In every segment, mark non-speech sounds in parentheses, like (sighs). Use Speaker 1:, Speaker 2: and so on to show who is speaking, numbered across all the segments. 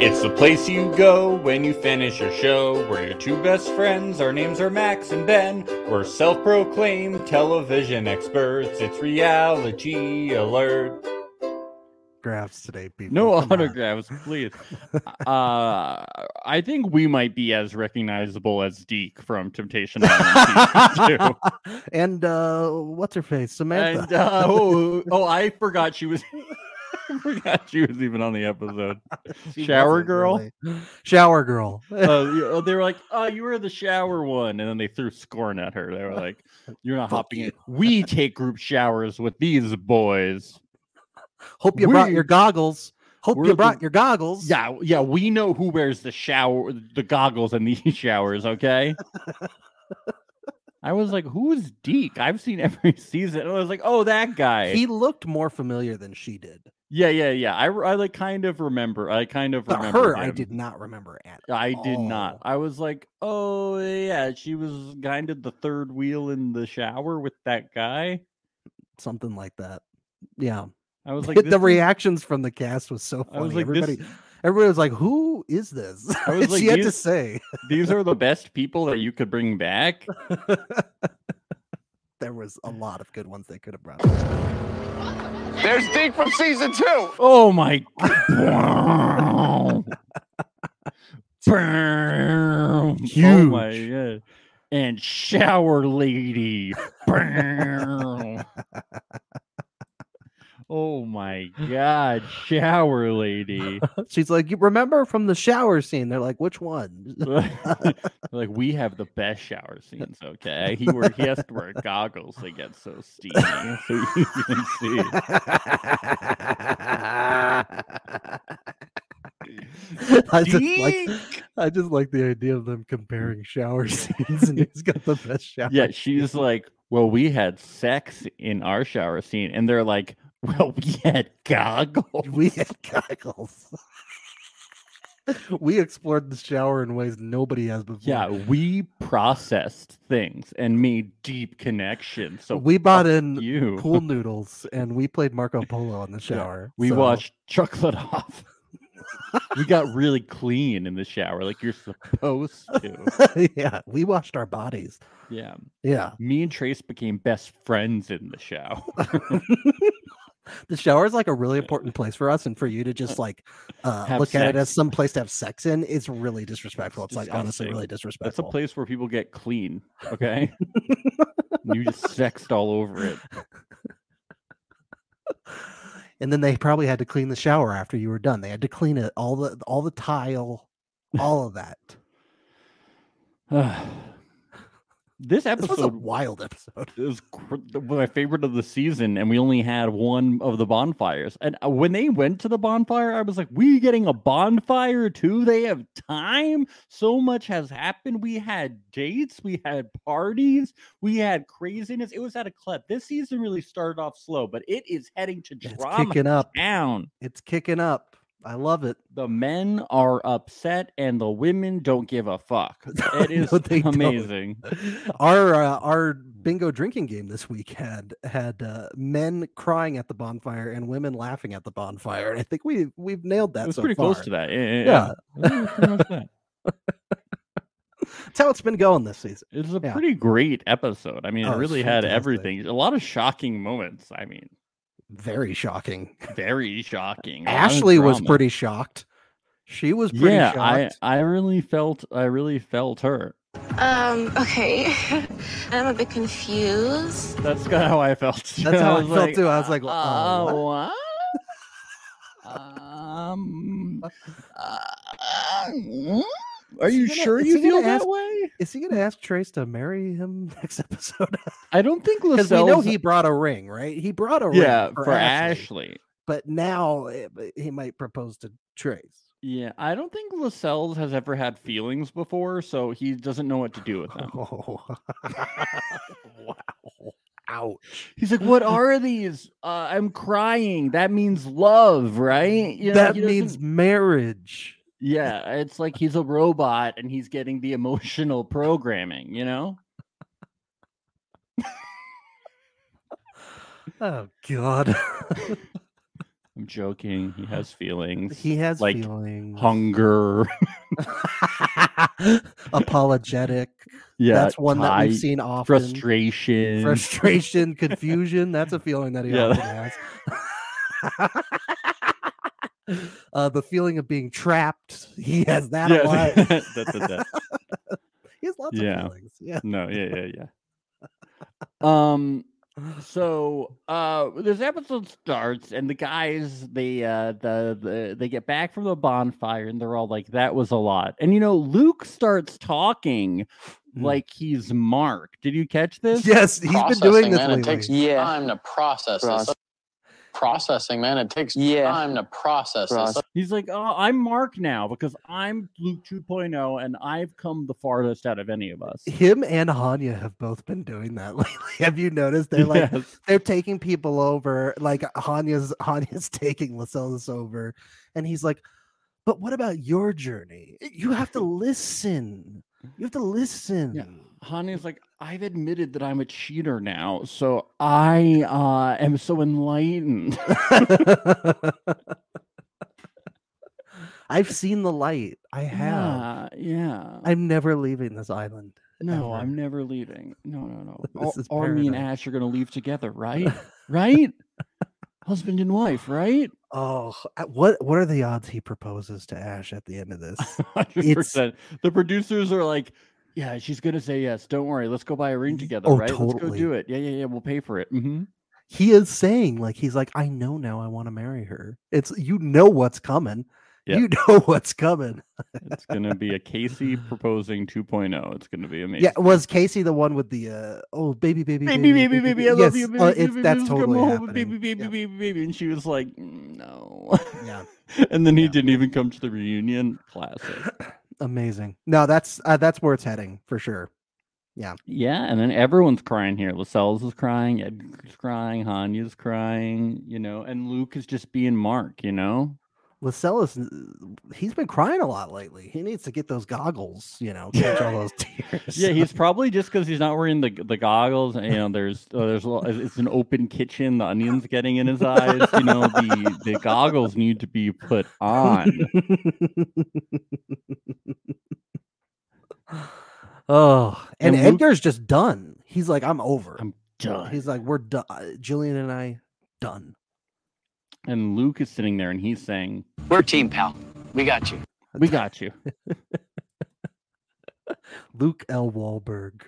Speaker 1: It's the place you go when you finish your show. We're your two best friends. Our names are Max and Ben. We're self proclaimed television experts. It's reality alert.
Speaker 2: Graphs today, people.
Speaker 3: No
Speaker 2: Come
Speaker 3: (laughs)
Speaker 2: on.
Speaker 3: autographs, please. uh, I think we might be as recognizable as Deke from Temptation Island season
Speaker 1: (laughs)
Speaker 3: two.
Speaker 2: (laughs) and uh, what's her face? Samantha.
Speaker 3: And (laughs) uh, oh, oh, I forgot she
Speaker 1: (laughs)
Speaker 3: was. I forgot she was even on the episode.
Speaker 2: She
Speaker 3: shower
Speaker 2: wasn't
Speaker 3: girl.
Speaker 2: really. Shower girl.
Speaker 3: Uh, you- oh, they were like, "Oh, you were the shower one," and then they threw scorn at her. They (laughs) were like, "You're not
Speaker 2: Fuck
Speaker 3: hopping in. We take group showers with these boys."
Speaker 2: Hope you brought
Speaker 3: we're-
Speaker 2: your goggles. Hope
Speaker 3: we're
Speaker 2: you
Speaker 3: the-
Speaker 2: brought your goggles.
Speaker 3: Yeah, yeah, we know who wears the shower, the goggles, and (laughs) the showers. Okay. I was like, "Who's Deke?" I've seen every (laughs) season. And I was like, "Oh, that guy."
Speaker 2: He looked more familiar than she did.
Speaker 3: yeah, yeah, yeah. I, re- I like kind of remember. I kind of
Speaker 2: But
Speaker 3: remember
Speaker 2: her, I
Speaker 3: him.
Speaker 2: did not remember at
Speaker 3: I did
Speaker 2: all.
Speaker 3: not. I was like, "Oh, yeah, she was kind of the third wheel in the shower with that guy."
Speaker 2: something like that. Yeah.
Speaker 3: I was like, this
Speaker 2: (laughs) the
Speaker 3: is-
Speaker 2: reactions from the cast was so
Speaker 3: I
Speaker 2: funny.
Speaker 3: was like,
Speaker 2: everybody,
Speaker 3: this,
Speaker 2: everybody was like, "Who is this?"
Speaker 3: I was
Speaker 2: (laughs) she
Speaker 3: like,
Speaker 2: had to
Speaker 3: these-
Speaker 2: say
Speaker 3: (laughs) "These are the (laughs) best people that you could bring back."
Speaker 2: there was a lot of good ones they could have brought. up.
Speaker 4: There's Deke from season two.
Speaker 3: Oh
Speaker 2: (laughs)
Speaker 3: my! God. Bow. Oh my
Speaker 2: Huge.
Speaker 3: God. And shower
Speaker 2: (laughs)
Speaker 3: lady. Bow. oh my god, shower
Speaker 2: (laughs)
Speaker 3: lady.
Speaker 2: She's like, "You remember from the shower scene?" They're like, "Which one?" (laughs)
Speaker 3: like we have the best shower scenes, okay? He wear, he has to
Speaker 2: (laughs)
Speaker 3: wear goggles to get so steamy so you can see.
Speaker 2: I just (laughs) like I just like the idea of them comparing shower (laughs) scenes, and who's got the best shower?
Speaker 3: Mm. Yeah, she's like, Well, we had sex in our shower scene, and they're like, (laughs) Well, we had goggles.
Speaker 2: We had goggles. we explored the shower in ways nobody has before.
Speaker 3: (laughs) Yeah, we processed things and made deep connections. So
Speaker 2: we bought in
Speaker 3: you
Speaker 2: pool noodles and we played Marco Polo in the shower.
Speaker 3: we
Speaker 2: so-
Speaker 3: watched chocolate (laughs) off. we got really clean in the shower, like you're supposed to.
Speaker 2: (laughs) (laughs) yeah, we washed our bodies.
Speaker 3: Yeah.
Speaker 2: Yeah.
Speaker 3: Me and Trace became best friends in the shower. (laughs)
Speaker 2: The shower is like a really important place for us, and for you to just like uh,
Speaker 3: Have
Speaker 2: look at it as
Speaker 3: sex.
Speaker 2: some place to have sex in is really disrespectful. It's, like honestly
Speaker 3: disgusting.
Speaker 2: really
Speaker 3: That's a
Speaker 2: disrespectful.
Speaker 3: place where people get clean, okay? (laughs) And you just sexed all over it.
Speaker 2: and then they probably had to clean the shower after you were done. They had to clean it all the all the tile, all of
Speaker 3: (laughs)
Speaker 2: that.
Speaker 3: (sighs) this
Speaker 2: This was a
Speaker 3: episode
Speaker 2: wild episode.
Speaker 3: is cr- my favorite of the season, and we only had one of the bonfires. And uh, when they went to the bonfire, I was like, "We getting a bonfire too? They have time. So much has happened. We had dates, we had parties, we had craziness. It was at a clip. This season really started off slow, but it is heading to
Speaker 2: It's
Speaker 3: drama
Speaker 2: kicking up.
Speaker 3: down.
Speaker 2: It's kicking up. I
Speaker 3: (laughs)
Speaker 2: love it.
Speaker 3: The men are upset, and the women don't give a
Speaker 2: (laughs)
Speaker 3: fuck. It is
Speaker 2: No, they don't.
Speaker 3: amazing.
Speaker 2: our uh, our bingo drinking game this week had had uh, men crying at the bonfire and women laughing at the bonfire, and I think we we've nailed that.
Speaker 3: it was
Speaker 2: so
Speaker 3: pretty
Speaker 2: far.
Speaker 3: close to that. Yeah, yeah,
Speaker 2: Yeah,
Speaker 3: yeah. It was pretty much that.
Speaker 2: (laughs) that's how it's been going this season.
Speaker 3: It's a
Speaker 2: Yeah.
Speaker 3: pretty great episode. I mean,
Speaker 2: Oh,
Speaker 3: it
Speaker 2: it's
Speaker 3: really had
Speaker 2: fantastic.
Speaker 3: everything. A lot of shocking moments. I mean,
Speaker 2: Very shocking.
Speaker 3: very shocking. a lot of
Speaker 2: Ashley was
Speaker 3: drama.
Speaker 2: pretty shocked. She was pretty
Speaker 3: yeah,
Speaker 2: shocked.
Speaker 3: I I really felt I really felt her.
Speaker 5: Um, okay. (laughs) I'm a bit confused.
Speaker 3: That's kind of how I felt. That's
Speaker 2: how I felt too. I was like,
Speaker 3: uh,
Speaker 2: uh,
Speaker 3: uh, what?
Speaker 2: (laughs)
Speaker 3: um, uh, mm? are
Speaker 2: Is he
Speaker 3: you
Speaker 2: gonna-
Speaker 3: sure
Speaker 2: is
Speaker 3: you
Speaker 2: he gonna
Speaker 3: feel that
Speaker 2: ask-
Speaker 3: way?
Speaker 2: Is he going to ask Trace to marry him (laughs)
Speaker 3: (laughs)
Speaker 2: next episode?
Speaker 3: I don't think
Speaker 2: Because we know
Speaker 3: Lascelles.
Speaker 2: he brought a ring, right? He brought a
Speaker 3: yeah
Speaker 2: ring
Speaker 3: for Ashley.
Speaker 2: but now eh, but he might propose to
Speaker 3: (laughs)
Speaker 2: Trace.
Speaker 3: Yeah, I don't think Lascelles has ever had feelings before, so he doesn't know what to do with them.
Speaker 2: Oh, (laughs) wow. Ouch.
Speaker 3: (laughs) He's like, (laughs) "What are these? Uh, I'm crying. That means love, right? You know,
Speaker 2: that
Speaker 3: he
Speaker 2: means
Speaker 3: doesn't-
Speaker 2: marriage.
Speaker 3: yeah. It's like he's a robot and he's getting the emotional programming. You know?
Speaker 2: Oh, God. (laughs)
Speaker 3: (laughs) I'm joking. He has feelings.
Speaker 2: He has
Speaker 3: Like,
Speaker 2: feelings.
Speaker 3: Hunger.
Speaker 2: (laughs)
Speaker 3: (laughs)
Speaker 2: Apologetic.
Speaker 3: Yeah.
Speaker 2: That's one that
Speaker 3: tie-
Speaker 2: we've seen often.
Speaker 3: Frustration. (laughs)
Speaker 2: Frustration, confusion. That's a feeling that he
Speaker 3: Yeah.
Speaker 2: often has. (laughs) uh, the feeling of being trapped. He has that a
Speaker 3: yeah. (laughs)
Speaker 2: lot.
Speaker 3: that's it. That.
Speaker 2: He has lots
Speaker 3: Yeah.
Speaker 2: of feelings. Yeah.
Speaker 3: No. Yeah. Yeah. (laughs) Yeah. Um. So uh this episode starts and the guys they uh the, the they get back from the bonfire and they're all like that was a lot. And you know Luke starts talking
Speaker 2: Mm.
Speaker 3: like he's Mark. Did you catch this?
Speaker 2: Yes, he's been doing this lately.
Speaker 6: yeah.
Speaker 7: time to process this.
Speaker 6: Process.
Speaker 7: Processing, man, it takes
Speaker 6: Yeah.
Speaker 7: time to process this.
Speaker 6: Process.
Speaker 3: He's like, "Oh, I'm Mark now because I'm Luke 2.0 and I've come the farthest out of any of us." (laughs)
Speaker 2: Him and Hanya have both been doing that (laughs) lately. have you noticed? (laughs) They're like
Speaker 3: Yes.
Speaker 2: they're taking people over. Like Hanya's (laughs) Hanya's taking Lascelles over, and he's like, "But what about your journey? You have
Speaker 3: (laughs)
Speaker 2: to listen. You have to listen."
Speaker 3: Yeah. (laughs) Hanya's like, I've admitted that I'm a cheater now, so I uh, am so enlightened. (laughs)
Speaker 2: I've seen the light. I have.
Speaker 3: Yeah, yeah.
Speaker 2: I'm never leaving this island.
Speaker 3: no,
Speaker 2: ever.
Speaker 3: I'm never leaving. No, no, no.
Speaker 2: (laughs) This
Speaker 3: Ar-
Speaker 2: is
Speaker 3: Army and
Speaker 2: paradise.
Speaker 3: Ash are gonna leave together,
Speaker 2: (laughs)
Speaker 3: right? right? Husband and wife, right? (laughs)
Speaker 2: Oh, I- what what are the odds he proposes to Ash at the end of this?
Speaker 3: (laughs) Hundred percent. The producers are like, yeah, she's gonna say yes. Don't worry. Let's go buy a ring
Speaker 2: Ye-
Speaker 3: together,
Speaker 2: oh,
Speaker 3: right? Let's go
Speaker 2: totally.
Speaker 3: do it. Yeah, yeah, yeah. We'll pay for it. hmm
Speaker 2: he is saying like he's like i know now i want to marry her it's you know what's coming
Speaker 3: Yeah.
Speaker 2: you (laughs) know what's coming
Speaker 3: It's gonna be a Casey proposing 2.0. It's gonna be amazing.
Speaker 2: yeah was casey the one with the uh oh baby baby
Speaker 3: Baby, baby, baby, I love you,
Speaker 2: Yes,
Speaker 3: baby,
Speaker 2: uh,
Speaker 3: baby,
Speaker 2: it's-
Speaker 3: baby,
Speaker 2: that's
Speaker 3: let's go
Speaker 2: totally
Speaker 3: home,
Speaker 2: happening.
Speaker 3: baby, baby,
Speaker 2: Yep.
Speaker 3: baby, baby, and she was like, "Mm, no,
Speaker 2: Yeah.
Speaker 3: (laughs) and then he
Speaker 2: Yeah.
Speaker 3: didn't even come to the reunion. Classic.
Speaker 2: amazing no that's uh, that's where it's heading for sure
Speaker 3: Yeah, and then everyone's crying here. Lascelles is crying, Edgar's crying, Hanya's crying, you know, and Luke is just being Mark, you know?
Speaker 2: Lascelles, n- he's been crying a lot lately. He needs to get those goggles, you know, catch all
Speaker 3: (laughs)
Speaker 2: those tears.
Speaker 3: Yeah, he's probably just because he's not wearing the the goggles. You know, there's uh, there's a lo- it's an open kitchen. The onions getting in his eyes. You know, the the goggles need to be put on.
Speaker 2: (laughs) oh, and,
Speaker 3: And Luke-
Speaker 2: Edgar's just done. He's like, I'm over.
Speaker 3: I'm
Speaker 2: Yeah,
Speaker 3: done.
Speaker 2: He's like, we're (laughs) done. Jillian and I done.
Speaker 3: And Luke is sitting there and he's saying,
Speaker 6: We're team pal. We got you.
Speaker 3: "We got you."
Speaker 2: Luke L.
Speaker 3: (laughs)
Speaker 2: Wahlberg.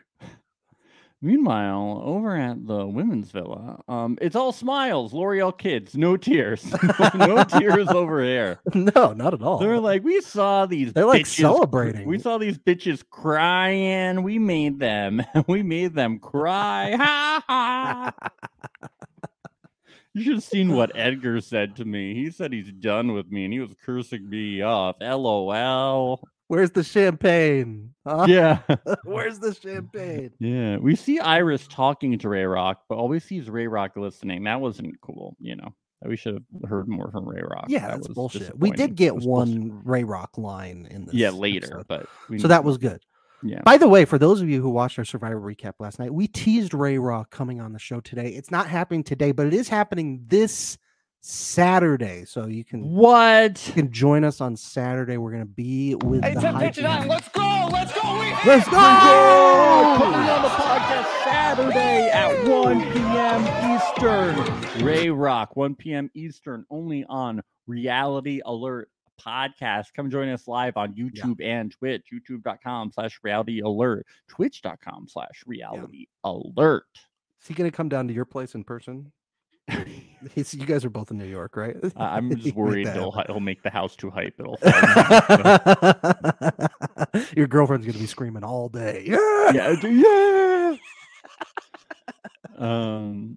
Speaker 3: Meanwhile, over at the women's villa, um, it's all smiles, L'Oreal kids, no tears, (laughs) no tears over here.
Speaker 2: no, not at all. (laughs)
Speaker 3: They're like, we saw these.
Speaker 2: They're, like,
Speaker 3: bitches-
Speaker 2: celebrating.
Speaker 3: We saw these bitches crying. We made them. (laughs) We made them cry. Ha ha. You should have seen what Edgar said to me. He said he's done with me, and he was cursing me off.
Speaker 2: (laughs)
Speaker 3: LOL.
Speaker 2: Where's the champagne? (laughs) Huh?
Speaker 3: Yeah,
Speaker 2: Where's the
Speaker 3: (laughs)
Speaker 2: champagne?
Speaker 3: yeah. We see Iris talking to Ray Rock, but all we see is Ray Rock listening. That wasn't cool. You know, we should have heard more from Ray Rock.
Speaker 2: Yeah,
Speaker 3: That
Speaker 2: that's
Speaker 3: was
Speaker 2: bullshit. We did
Speaker 3: disappointing.
Speaker 2: get
Speaker 3: It was bullshit.
Speaker 2: one Ray Rock line in this.
Speaker 3: Yeah, later,
Speaker 2: episode,
Speaker 3: but we
Speaker 2: So that was good.
Speaker 3: yeah.
Speaker 2: By the way, for those of you who watched our Survivor recap last night, we teased Ray Rock coming on the show today. It's not happening today, but it is happening this Saturday. So you can
Speaker 3: What?
Speaker 2: you can join us on Saturday. We're gonna be with
Speaker 4: Hey,
Speaker 2: the
Speaker 4: Tim
Speaker 2: hype
Speaker 4: Pitch Nine,
Speaker 2: man.
Speaker 4: let's go! Let's go! We have
Speaker 2: Let's go!
Speaker 3: Coming on the podcast Saturday at 1 p.m. Eastern. Ray Rock, 1 p.m. Eastern, only on Reality Alert podcast. Come join us live on YouTube and Twitch, youtube.com slash reality alert, twitch.com slash reality alert.
Speaker 2: Is he gonna come down to your place in person? He's, you guys are both in New York, right?
Speaker 3: I-
Speaker 2: (laughs)
Speaker 3: I'm
Speaker 2: Make
Speaker 3: just worried
Speaker 2: that
Speaker 3: he'll, he'll make the house too hype. It'll fall down.
Speaker 2: happen. your girlfriend's gonna be screaming all day. (laughs) Yeah.
Speaker 3: yeah, d- yeah. (laughs) um.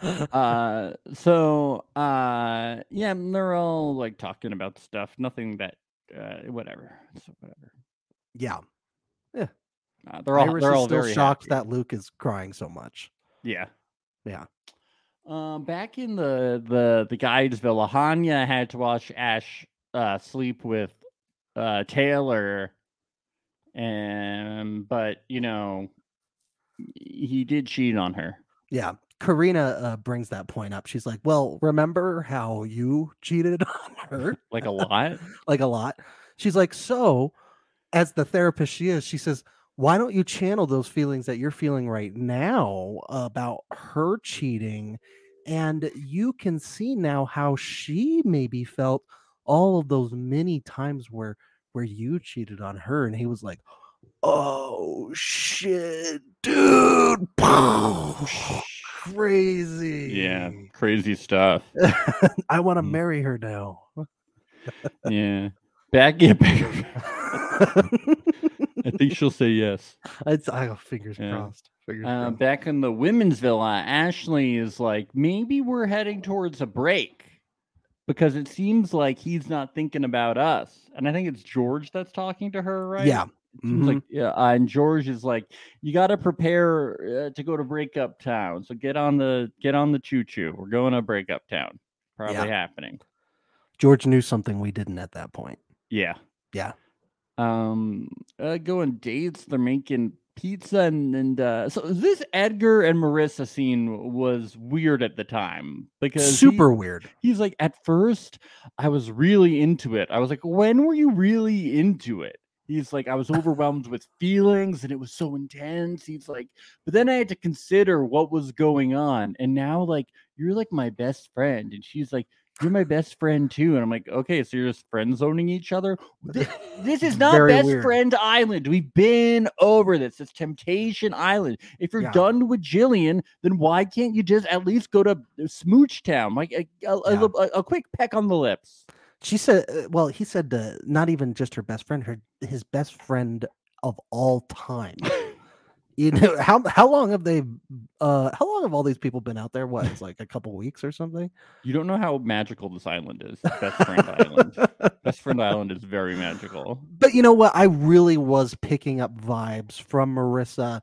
Speaker 3: Uh. So. Uh. Yeah. and They're all like talking about stuff. Nothing that. Uh. Whatever. So whatever.
Speaker 2: yeah.
Speaker 3: Uh, they're all.
Speaker 2: Iris
Speaker 3: they're
Speaker 2: is
Speaker 3: all
Speaker 2: still
Speaker 3: very
Speaker 2: shocked
Speaker 3: happy.
Speaker 2: that Luke is crying so much.
Speaker 3: Yeah.
Speaker 2: Yeah.
Speaker 3: Um, back in the the the guides villa, Hanya had to watch Ash uh, sleep with uh, Taylor, and but you know he did cheat on her.
Speaker 2: Yeah. Karina uh, brings that point up. She's like, "Well, remember how you cheated (laughs) on her
Speaker 3: like a lot.
Speaker 2: like a lot?" She's like, "So, as the therapist she is, she says, why don't you channel those feelings that you're feeling right now about her cheating, and you can see now how she maybe felt all of those many times where where you cheated on her." And he was like, "Oh shit, dude!" Crazy. (laughs)
Speaker 3: Yeah, crazy stuff.
Speaker 2: I want to
Speaker 3: Mm.
Speaker 2: marry her now. (laughs)
Speaker 3: Yeah, back (laughs) yeah. back- I think she'll say yes.
Speaker 2: it's I oh, fingers
Speaker 3: Yeah.
Speaker 2: crossed. Fingers
Speaker 3: (laughs) Uh,
Speaker 2: crossed.
Speaker 3: back in the women's villa, Ashley is like, maybe we're heading towards a break because it seems like he's not thinking about us. And I think it's George that's talking to her, right?
Speaker 2: Yeah.
Speaker 3: It
Speaker 2: Mm-hmm.
Speaker 3: seems Like, yeah. uh, and George is like, you got to prepare uh, to go to breakup town. So get on the get on the choo choo. We're going to breakup town. Probably
Speaker 2: Yeah.
Speaker 3: happening.
Speaker 2: George knew something we didn't at that point.
Speaker 3: Yeah.
Speaker 2: Yeah.
Speaker 3: Um uh, going dates, they're making pizza and, and uh so this Edgar and Marissa scene was weird at the time because he-
Speaker 2: Super weird.
Speaker 3: he's like at first I was really into it. I was like, when were you really into it? He's like, I was overwhelmed with feelings and it was so intense. He's like, but then I had to consider what was going on. And now, like, you're like my best friend. And she's like, You're my best friend too. And I'm like, Okay, so you're just friend zoning each other. Th- This
Speaker 2: (laughs)
Speaker 3: is not
Speaker 2: Very
Speaker 3: best
Speaker 2: weird.
Speaker 3: friend island. We've been over this. It's temptation island. If you're
Speaker 2: Yeah.
Speaker 3: done with Jillian, then why can't you just at least go to Smooch Town? Like a, a, a
Speaker 2: Yeah.
Speaker 3: lip- a- a quick peck on the lips.
Speaker 2: She said, uh, well, he said to not even just her best friend, her his best friend of all time.
Speaker 3: (laughs)
Speaker 2: you know how how long have they uh how long have all these people been out there? What it's like a couple weeks or something?
Speaker 3: You don't know how magical this island is. Best friend island. (laughs) Best friend island is very magical.
Speaker 2: But you know what? I really was picking up vibes from Marissa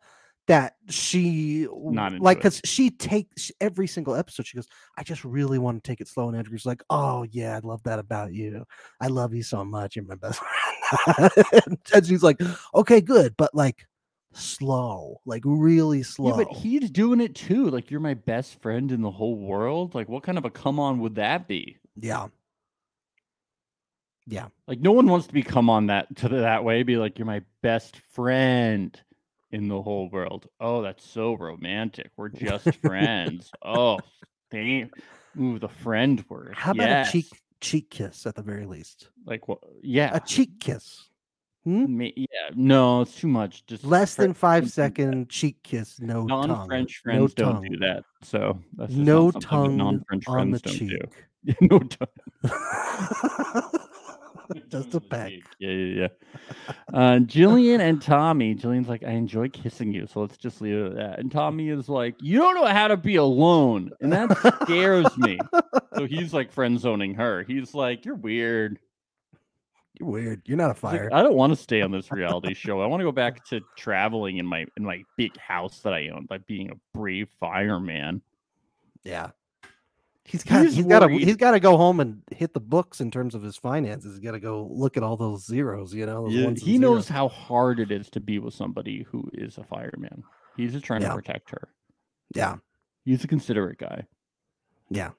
Speaker 2: that she w-
Speaker 3: Not into
Speaker 2: like
Speaker 3: it.
Speaker 2: because she takes every single episode. She goes, "I just really want to take it slow." And Andrew's like, "Oh yeah, I love that about you. I love you so much. You're my best (laughs) friend." and she's like, "Okay, good, but like slow, like really slow."
Speaker 3: Yeah, but he's doing it too. Like you're my best friend in the whole world. Like what kind of a come on would that be?
Speaker 2: yeah.
Speaker 3: Like no one wants to be come on that to the- that way. Be like you're my best friend in the whole world. Oh, that's so romantic. We're
Speaker 2: (laughs)
Speaker 3: just friends. Oh, damn. Ooh, the friend word.
Speaker 2: How about
Speaker 3: Yes.
Speaker 2: a cheek cheek kiss at the very least?
Speaker 3: Like what? Yeah.
Speaker 2: A cheek kiss.
Speaker 3: Ma- yeah. No, it's too much. Just
Speaker 2: less
Speaker 3: fri-
Speaker 2: than five
Speaker 3: friends do that.
Speaker 2: second cheek kiss, no tongue.
Speaker 3: non-French friends
Speaker 2: no
Speaker 3: don't do
Speaker 2: tongue
Speaker 3: that. So that's just
Speaker 2: No
Speaker 3: not something that
Speaker 2: tongue
Speaker 3: non-French
Speaker 2: on the
Speaker 3: friends don't
Speaker 2: cheek. (laughs)
Speaker 3: do. Yeah, (laughs) no tongue. (laughs)
Speaker 2: Just a
Speaker 3: Let's
Speaker 2: peck.
Speaker 3: see. Yeah, yeah, yeah. Uh, Jillian and Tommy. Jillian's like, I enjoy kissing you, so let's just leave it at that. And Tommy is like, You don't know how to be alone, and that scares me. So he's like friend zoning her. He's like, You're weird.
Speaker 2: You're weird. You're not a
Speaker 3: He's like, "Uh,
Speaker 2: fire.
Speaker 3: I don't want to stay on this reality show. I want to go back to traveling in my in my big house that I own by being a brave fireman.
Speaker 2: yeah. He's got
Speaker 3: He's
Speaker 2: he's got to
Speaker 3: worried.
Speaker 2: he's got to go home and hit the books in terms of his finances. He's got to go look at all those zeros, you know. those
Speaker 3: Yeah,
Speaker 2: Oh, ones and
Speaker 3: he knows
Speaker 2: zeros.
Speaker 3: how hard it is to be with somebody who is a fireman. He's just trying
Speaker 2: Yeah.
Speaker 3: to protect her.
Speaker 2: Yeah,
Speaker 3: He's a considerate guy.
Speaker 2: yeah.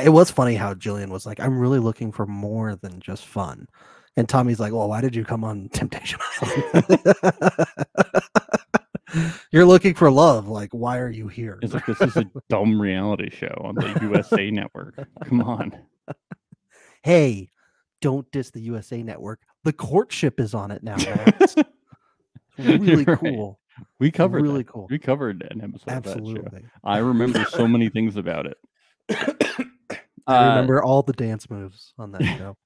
Speaker 2: It was funny how Jillian was like, "I'm really looking for more than just fun," and Tommy's like, "Well, why did you come on (laughs) Temptation Island? (laughs) You're looking for love. Like, why are you
Speaker 3: (laughs)
Speaker 2: here?"
Speaker 3: It's like this is a dumb reality show on the USA network. Come on.
Speaker 2: hey, don't diss the USA Network. The courtship is on it now. Max.
Speaker 3: (laughs) You're
Speaker 2: really
Speaker 3: right.
Speaker 2: cool.
Speaker 3: We covered
Speaker 2: really
Speaker 3: that.
Speaker 2: cool.
Speaker 3: We covered an episode of that show.
Speaker 2: Absolutely.
Speaker 3: I remember so many things about
Speaker 2: (coughs)
Speaker 3: it.
Speaker 2: I
Speaker 3: Uh,
Speaker 2: remember all the dance moves
Speaker 3: (laughs)
Speaker 2: on that show.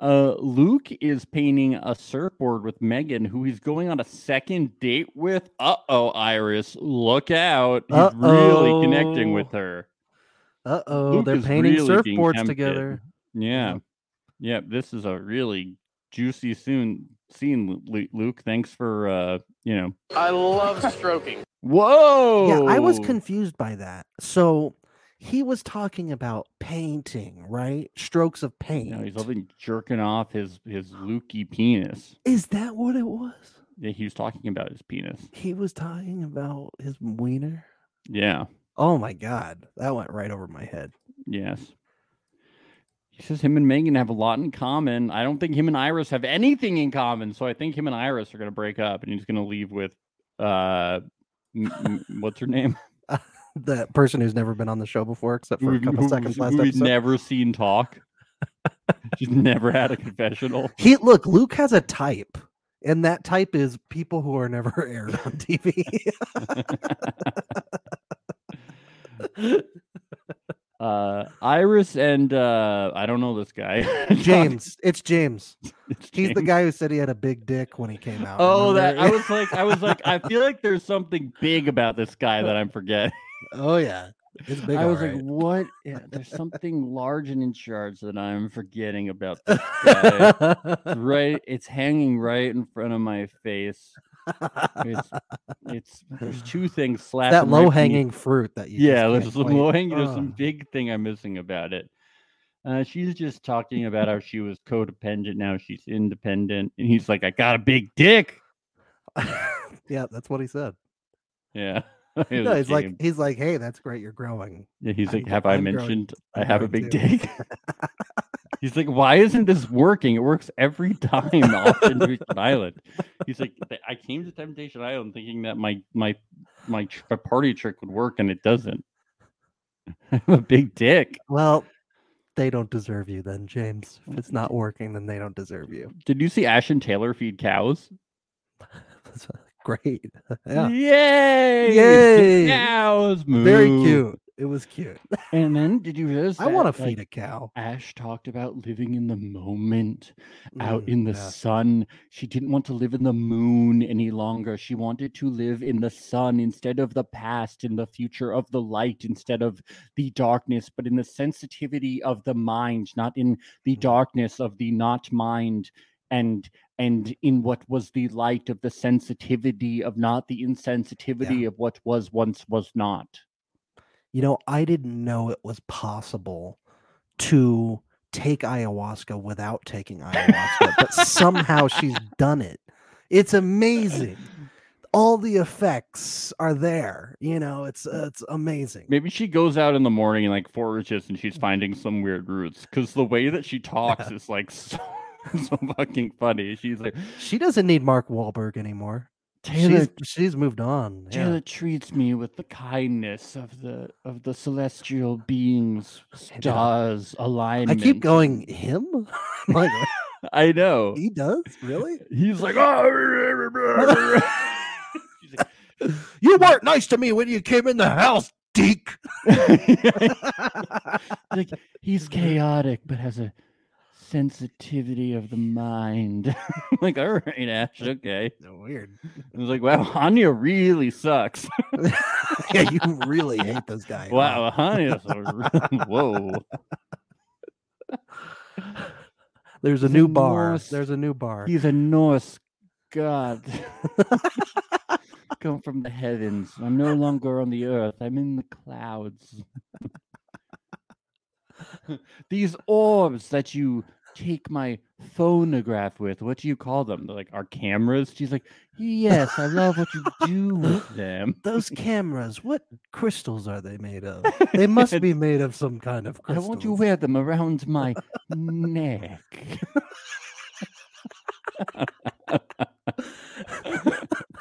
Speaker 3: Uh, Luke is painting a surfboard with Megan, who he's going on a second date with. Uh oh, Iris, look out! He's really connecting with her.
Speaker 2: Uh oh, they're
Speaker 3: Luke is
Speaker 2: painting
Speaker 3: really being
Speaker 2: surfboards
Speaker 3: tempted.
Speaker 2: together.
Speaker 3: Yeah, yeah. This is a really juicy soon scene, Lu- Lu- Luke. Thanks for uh, you know.
Speaker 7: I love stroking.
Speaker 3: Whoa.
Speaker 2: Yeah, I was confused by that. So he was talking about painting, right? Strokes of paint.
Speaker 3: No, he's loving jerking off his his lukey penis.
Speaker 2: Is that what it was?
Speaker 3: Yeah, he was talking about his penis.
Speaker 2: He was talking about his wiener.
Speaker 3: Yeah,
Speaker 2: Oh my god, that went right over my head.
Speaker 3: Yes. He says him and Megan have a lot in common. I don't think him and Iris have anything in common. So I think him and Iris are going to break up and he's going to leave with, uh, m- m- what's her name?
Speaker 2: The person who's never been on the show before, except for a
Speaker 3: Who-
Speaker 2: couple
Speaker 3: who-
Speaker 2: seconds
Speaker 3: who
Speaker 2: last
Speaker 3: we've
Speaker 2: episode.
Speaker 3: never seen talk. She's never had a confessional.
Speaker 2: He look, Luke has a type, and that type is people who are never (laughs) aired on TV.
Speaker 3: (laughs) Uh, Iris and, uh, I don't know this guy. (laughs)
Speaker 2: James, it's James.
Speaker 3: It's
Speaker 2: He's the
Speaker 3: James.
Speaker 2: guy who said he had a big dick when he came out.
Speaker 3: Oh, that I
Speaker 2: remember?
Speaker 3: was like, I was like, I feel like there's something big about this guy that I'm forgetting.
Speaker 2: (laughs) oh yeah, it's big.
Speaker 3: I was
Speaker 2: alright.
Speaker 3: like, what? Yeah, there's something large and in charge that I'm forgetting about
Speaker 2: (laughs)
Speaker 3: this guy. (laughs) It's right, it's hanging right in front of my face. It's, it's there's two things slapping
Speaker 2: that
Speaker 3: right
Speaker 2: low
Speaker 3: beneath-
Speaker 2: hanging fruit that you. just
Speaker 3: yeah, there's
Speaker 2: can't
Speaker 3: some
Speaker 2: quite- uh.
Speaker 3: low hanging. There's some
Speaker 2: Ugh.
Speaker 3: big thing I'm missing about it. Uh, she's just talking about how she was codependent. Now she's independent, and he's like, "I got a big dick."
Speaker 2: (laughs) yeah, that's what he said.
Speaker 3: Yeah, (laughs) It was
Speaker 2: No, he's like,
Speaker 3: James.
Speaker 2: he's like, hey, that's great. You're growing.
Speaker 3: Yeah, he's
Speaker 2: I'm
Speaker 3: like,
Speaker 2: gr-
Speaker 3: have I
Speaker 2: I'm growing- (laughs)
Speaker 3: mentioned I
Speaker 2: I'm
Speaker 3: have a big
Speaker 2: growing too."
Speaker 3: dick? (laughs) he's like, why isn't this working? It works every
Speaker 2: (laughs)
Speaker 3: time off Temptation Island. He's like, "Th- I came to Temptation Island thinking that my my my, tr- my party trick would work, and it doesn't. (laughs) I have a big dick.
Speaker 2: Well, they don't deserve you then, James. If it's not working, then they don't deserve you.
Speaker 3: Did you see Ash and Taylor feed cows?
Speaker 2: That's great. (laughs) Yeah.
Speaker 3: Yay!
Speaker 2: Yay!
Speaker 3: Cows,
Speaker 2: Very
Speaker 3: Mm. moo.
Speaker 2: cute. It was cute.
Speaker 3: And then did you realize?
Speaker 2: I want to
Speaker 3: that, like,
Speaker 2: feed a cow.
Speaker 3: Ash talked about living in the moment. out
Speaker 2: Mm,
Speaker 3: in the
Speaker 2: yeah.
Speaker 3: sun. She didn't want to live in the moon any longer. She wanted to live in the sun instead of the past, in the future of the light, instead of the darkness, but in the sensitivity of the mind, not in
Speaker 2: Mm.
Speaker 3: the darkness of the not mind and and in what was the light of the sensitivity of not the insensitivity of what was once was not.
Speaker 2: You know, I didn't know it was possible to take ayahuasca without taking ayahuasca, but
Speaker 3: (laughs)
Speaker 2: somehow she's done it. It's amazing. All the effects are there. You know, it's uh, it's amazing.
Speaker 3: Maybe she goes out in the morning and like forages and she's finding some weird roots because the way that she talks is like (laughs) so, so fucking funny. She's like,
Speaker 2: She doesn't need Mark Wahlberg anymore.
Speaker 3: Taylor,
Speaker 2: she's she's moved on. yeah.
Speaker 3: Taylor treats me with the kindness of the of the celestial beings, stars,
Speaker 2: I
Speaker 3: alignment.
Speaker 2: keep going. Him? (laughs)
Speaker 3: (laughs)
Speaker 2: like
Speaker 3: I know.
Speaker 2: he does really?
Speaker 3: He's like, "Ah, oh. She's like,
Speaker 2: (laughs) You weren't nice to me when you came in the house, Deke. (laughs)
Speaker 3: like he's chaotic but has a sensitivity of the mind. (laughs) I'm like, all right, Ash, okay.
Speaker 2: Weird.
Speaker 3: I was like, wow, Hanya really sucks.
Speaker 2: yeah, you really hate this guy. huh?
Speaker 3: wow, Hanya's a re- (laughs) whoa.
Speaker 2: There's a
Speaker 3: He's
Speaker 2: new
Speaker 3: a
Speaker 2: bar.
Speaker 3: Norse.
Speaker 2: There's a new bar.
Speaker 3: He's a Norse god. (laughs) Come from the heavens. I'm no longer on the earth. I'm in the clouds. (laughs) These orbs that you take my phonograph with, what do you call them? They're like our cameras. She's like, Yes, I love what you do (laughs) with them.
Speaker 2: Those cameras, what crystals are they
Speaker 3: (laughs)
Speaker 2: made of? They must be made of some kind of
Speaker 3: I
Speaker 2: crystal.
Speaker 3: want you to wear them around my neck. (laughs)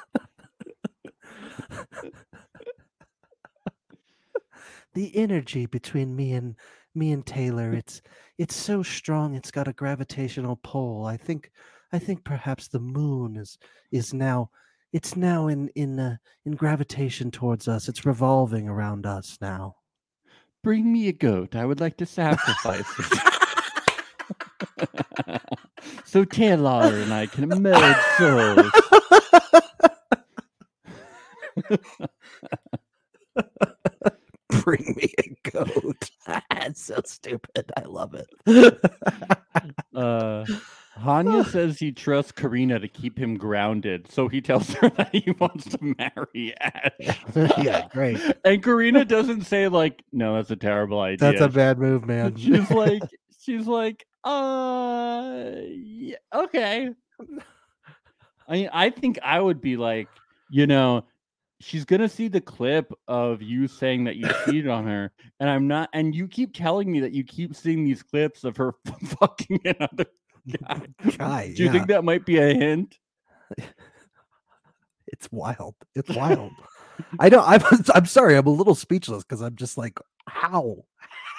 Speaker 2: the energy between me and me and Taylor. It's it's so strong. It's got a gravitational pull. I think I think perhaps the moon is is now it's now in in uh, in gravitation towards us. It's revolving around us now. (laughs)
Speaker 3: Bring me a goat. I would like to sacrifice it. (laughs) so Taylor and I can merge souls.
Speaker 2: Bring me a goat. (laughs) That's so stupid. I love it.
Speaker 3: Uh, Hanya says he trusts Karina to keep him grounded, so he tells her (laughs) that he wants to marry Ash.
Speaker 2: (laughs) (laughs) yeah, (laughs) great.
Speaker 3: And Karina doesn't say like, "No, that's a terrible idea."
Speaker 2: That's a bad move, man.
Speaker 3: And (laughs)
Speaker 2: (laughs)
Speaker 3: she's like, she's like, uh, yeah, okay. I mean, I think I would be like, you know, she's gonna see the clip of you saying that you cheated on her, and I'm not. And you keep telling me that you keep seeing these clips of her (laughs) fucking another guy.
Speaker 2: Guy,
Speaker 3: Do you think that might be a hint?
Speaker 2: it's wild? It's wild. I don't. I'm. (laughs) I'm sorry. I'm a little speechless because I'm just like, how?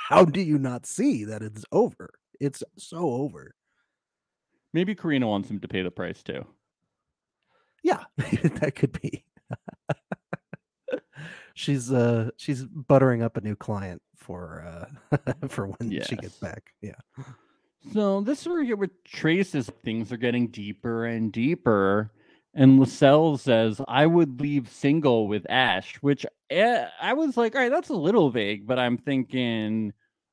Speaker 2: How do you not see that it's over? It's so over.
Speaker 3: Maybe Karina wants him to pay the price too.
Speaker 2: Yeah, (laughs) that could be. (laughs) she's uh she's buttering up a new client for uh (laughs) for when she gets
Speaker 3: Yes.
Speaker 2: back. Yeah.
Speaker 3: So this is where we get with traces. Things are getting deeper and deeper. And Lascelles says, I would leave single with Ash, which eh, I was like, all right, that's a little vague, but I'm thinking,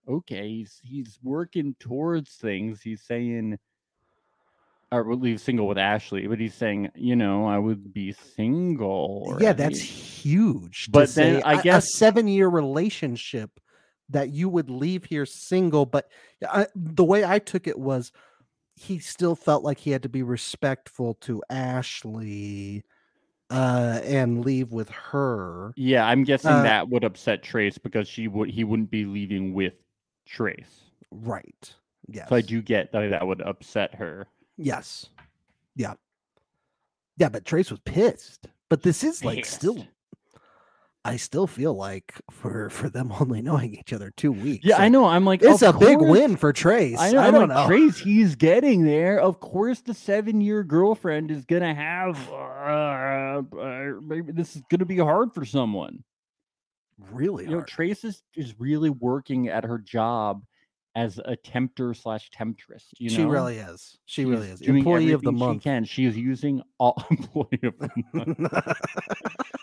Speaker 3: okay, he's, he's working towards things. He's saying, I would leave single with Ashley, but he's saying, you know, I would be single.
Speaker 2: Yeah, that's
Speaker 3: right?
Speaker 2: huge. to
Speaker 3: But then
Speaker 2: say
Speaker 3: I
Speaker 2: a- a
Speaker 3: guess-
Speaker 2: seven year relationship that you would leave here single. But I, the way I took it was he still felt like he had to be respectful to Ashley uh, and leave with her.
Speaker 3: Yeah, I'm guessing
Speaker 2: Uh,
Speaker 3: that would upset Trace because she would he wouldn't be leaving with Trace.
Speaker 2: Right. Yes.
Speaker 3: So I do get that that would upset her.
Speaker 2: Yes. Yeah. Yeah, but Trace was pissed. But this is like still
Speaker 3: Pissed.
Speaker 2: I still feel like for for them (laughs) only knowing each other two weeks.
Speaker 3: Yeah, I
Speaker 2: like,
Speaker 3: know. I'm like,
Speaker 2: It's a
Speaker 3: of
Speaker 2: big
Speaker 3: course-
Speaker 2: win for Trace. I,
Speaker 3: I know. I'm
Speaker 2: don't
Speaker 3: like,
Speaker 2: know.
Speaker 3: Trace, he's getting there. Of course, the seven-year girlfriend is gonna have. Uh, uh, maybe this is gonna be hard for someone.
Speaker 2: really
Speaker 3: You know,
Speaker 2: hard.
Speaker 3: Trace is, is really working at her job as a tempter slash temptress. You know,
Speaker 2: she really is. She really
Speaker 3: She's
Speaker 2: is.
Speaker 3: doing
Speaker 2: Employee of the
Speaker 3: everything
Speaker 2: month.
Speaker 3: She can. She is using all (laughs) employee of the month.
Speaker 2: (laughs)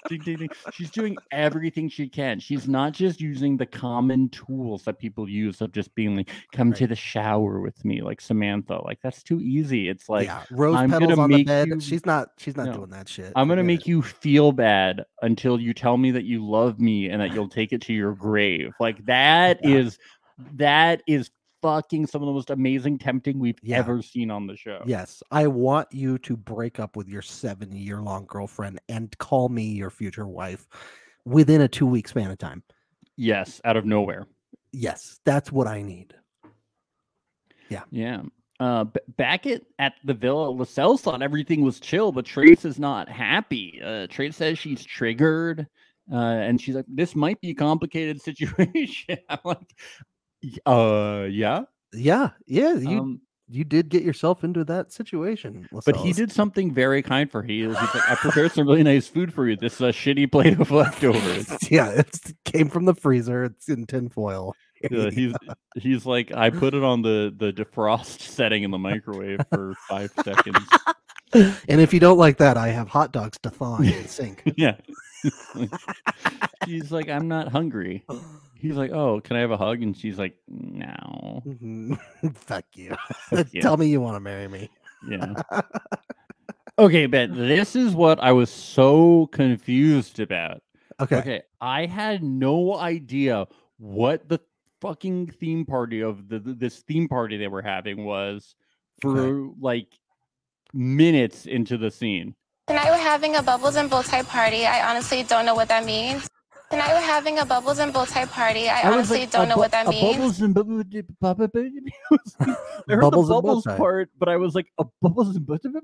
Speaker 3: Ding, ding, ding. She's doing everything she can. She's not just using the common tools that people use of just being like, come to
Speaker 2: Right.
Speaker 3: the shower with me, like Samantha. Like, that's too easy. It's like,
Speaker 2: yeah, rose
Speaker 3: I'm
Speaker 2: petals
Speaker 3: gonna
Speaker 2: on the
Speaker 3: make
Speaker 2: bed.
Speaker 3: you-
Speaker 2: she's not. She's not
Speaker 3: No.
Speaker 2: doing that shit.
Speaker 3: I'm going to
Speaker 2: Forget
Speaker 3: make
Speaker 2: it.
Speaker 3: you feel bad until you tell me that you love me and that you'll
Speaker 2: (laughs)
Speaker 3: take it to your grave. Like, that is
Speaker 2: Yeah.
Speaker 3: that is fucking some of the most amazing tempting we've
Speaker 2: Yeah.
Speaker 3: ever seen on the show.
Speaker 2: Yes, I want you to break up with your seven year long girlfriend and call me your future wife within a two week span of time.
Speaker 3: Yes, out of nowhere.
Speaker 2: Yes, that's what I need.
Speaker 3: Yeah. Uh, b- back at, at the villa, Lascelles thought everything was chill, but Trace is not happy. Uh, Trace says she's triggered, uh, and she's like, "This might be a complicated (laughs) situation." I'm like, "Y- "Uh, yeah."
Speaker 2: Yeah, yeah, you
Speaker 3: Um,
Speaker 2: you did get yourself into that situation.
Speaker 3: but he
Speaker 2: Lascelles.
Speaker 3: did something very kind for her. He, he's like, "I prepared some really nice food for you. This is a shitty plate of
Speaker 2: (laughs)
Speaker 3: leftovers."
Speaker 2: (laughs) yeah, it's- it came from the freezer. It's in tinfoil.
Speaker 3: Uh, he's he's like, "I put it on the the defrost (laughs) setting in the microwave for five seconds." (laughs)
Speaker 2: and if you don't like that, I have hot dogs to thaw
Speaker 3: (laughs)
Speaker 2: in the sink.
Speaker 3: Yeah. she's like, I'm not hungry. He's like, Oh, can I have a hug? And she's like, No.
Speaker 2: Mhm. (laughs) Fuck you. (laughs)
Speaker 3: you.
Speaker 2: Tell me you want to marry me.
Speaker 3: Yeah. okay, but this is what I was so confused about.
Speaker 2: Okay.
Speaker 3: Okay. I had no idea what the fucking theme party of the, th- this theme party they were having was for like minutes into the scene.
Speaker 5: Tonight we're having a bubbles and bow tie party. I honestly don't know what that means. Tonight we're having a bubbles and bow tie party. I,
Speaker 3: was
Speaker 5: honestly
Speaker 3: like,
Speaker 5: don't
Speaker 3: a
Speaker 5: know
Speaker 3: bu-
Speaker 5: what that
Speaker 3: a
Speaker 5: means.
Speaker 3: Bubbles and bubble dip- bubble bubble- I heard
Speaker 2: Bubbles
Speaker 3: the
Speaker 2: and
Speaker 3: bubbles
Speaker 2: bowtie.
Speaker 3: part, but I was was like a bubbles and bubble.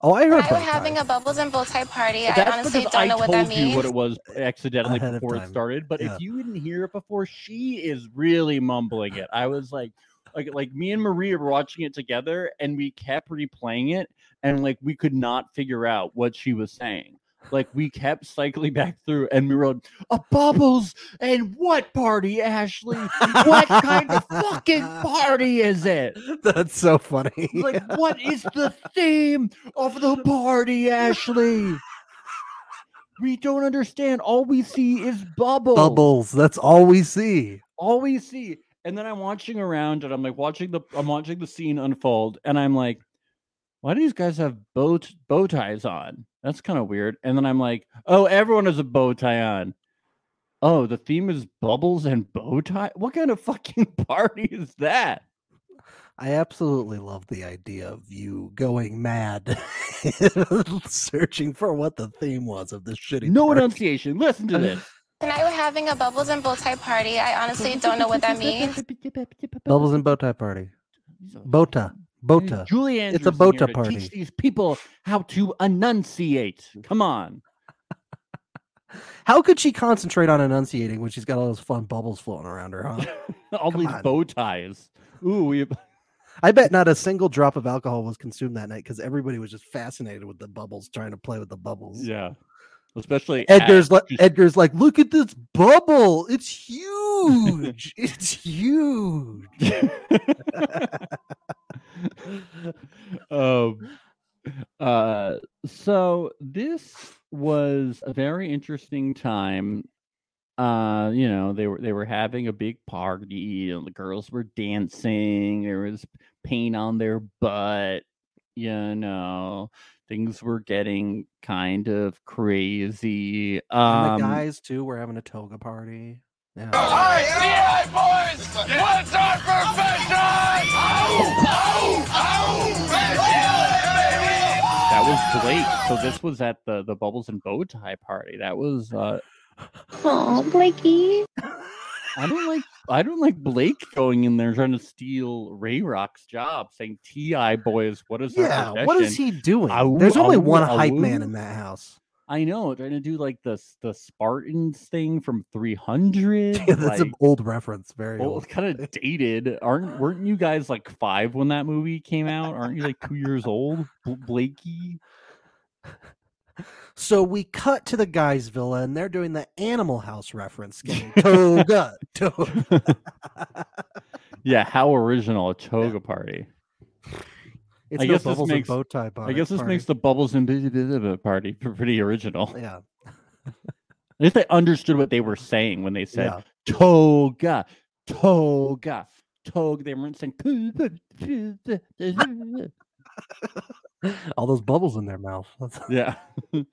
Speaker 2: Oh, I heard
Speaker 5: Tonight
Speaker 2: bow
Speaker 5: we're having
Speaker 2: ties.
Speaker 5: a bubbles and bow tie party. I
Speaker 3: That's
Speaker 5: honestly
Speaker 3: because
Speaker 5: don't know
Speaker 3: I
Speaker 5: what
Speaker 3: told
Speaker 5: that
Speaker 3: you
Speaker 5: means.
Speaker 3: what it was accidentally
Speaker 2: Ahead of
Speaker 3: before it
Speaker 2: time.
Speaker 3: started. But
Speaker 2: Yeah.
Speaker 3: if you didn't hear it before, she is really mumbling it. I was like, like, like me and Maria were watching it together, and we kept replaying it, and like we could not figure out what she was saying. Like we kept cycling back through, and we were like, a bubbles and what party, Ashley? What kind
Speaker 2: (laughs)
Speaker 3: of fucking party is it?
Speaker 2: That's so funny.
Speaker 3: It's like, what is the theme of the party, Ashley? We don't understand. All we see is bubbles.
Speaker 2: (laughs) Bubbles. That's all we see.
Speaker 3: All we see. And then I'm watching around and I'm like watching the I'm watching the scene unfold and I'm like, why do these guys have bow, t- bow ties on? That's kind of weird. And then I'm like, oh, everyone has a bow tie on. Oh, the (laughs) theme is bubbles and bow tie. What kind of fucking party is that?
Speaker 2: I absolutely love the idea of you going mad (laughs) searching for what the theme was of this shitty.
Speaker 3: No
Speaker 2: party.
Speaker 3: enunciation. Listen to this.
Speaker 5: Tonight we're having a bubbles and bow tie party. I honestly don't know what that means.
Speaker 2: (laughs) Bubbles and Bowtie Party. Bota. Bota.
Speaker 3: Julie Andrews
Speaker 2: It's a
Speaker 3: in here
Speaker 2: Bota
Speaker 3: to
Speaker 2: party.
Speaker 3: Teach these people how to enunciate. Come on.
Speaker 2: How could she concentrate on enunciating when she's got all those fun bubbles floating around her, huh?
Speaker 3: All
Speaker 2: Come
Speaker 3: these
Speaker 2: on.
Speaker 3: bow ties. Ooh, we
Speaker 2: I bet not a single drop of alcohol was consumed that night because everybody was just fascinated with the bubbles, trying to play with the bubbles.
Speaker 3: yeah. Especially
Speaker 2: Edgar's
Speaker 3: at-
Speaker 2: like Edgar's like, look at this bubble.
Speaker 3: (laughs)
Speaker 2: It's huge. it's huge.
Speaker 3: (laughs) um, uh, so this was a very interesting time. Uh, you know, they were they were having a big party, and the girls were dancing. There was paint on their butt. You know, things were getting kind of crazy.
Speaker 2: And
Speaker 3: Um,
Speaker 2: the guys too were having a toga party. Yeah.
Speaker 4: All right, all right, boys. What's our profession?
Speaker 3: that was Blake. So this was at the the bubbles and bow tie party. That was uh,
Speaker 5: Oh, Blakey.
Speaker 3: I don't like I don't like Blake going in there trying to steal Ray Rock's job, saying Ti boys, what is
Speaker 2: Yeah,
Speaker 3: our
Speaker 2: what is
Speaker 3: profession?"
Speaker 2: he doing?
Speaker 3: Ow,
Speaker 2: There's only
Speaker 3: ow,
Speaker 2: one hype man
Speaker 3: ow.
Speaker 2: in that house. (laughs)
Speaker 3: I know, trying to do like the s- the Spartans thing from three hundred.
Speaker 2: (laughs) Yeah, that's
Speaker 3: like,
Speaker 2: an old reference, very
Speaker 3: well,
Speaker 2: old.
Speaker 3: kind
Speaker 2: (laughs)
Speaker 3: of dated. Aren't weren't you guys like five when that movie came out? Aren't you like two years old, Bl- Blakey?
Speaker 2: So we cut to the guys' villa, and they're doing the Animal
Speaker 3: (laughs)
Speaker 2: House reference game. Toga, toga.
Speaker 3: Yeah, how original a toga party.
Speaker 2: It's
Speaker 3: I
Speaker 2: no
Speaker 3: guess this
Speaker 2: bubbles
Speaker 3: makes-
Speaker 2: and bow tie
Speaker 3: I guess this makes the bubbles and blah, blah, blah, blah party (laughs) p- pretty original. At
Speaker 2: yeah,
Speaker 3: least they understood what they were saying when they said
Speaker 2: yeah.
Speaker 3: toga, toga, toga. They weren't saying. Ah.
Speaker 2: (laughs) All those bubbles in their mouth. (laughs) That's-
Speaker 3: yeah. and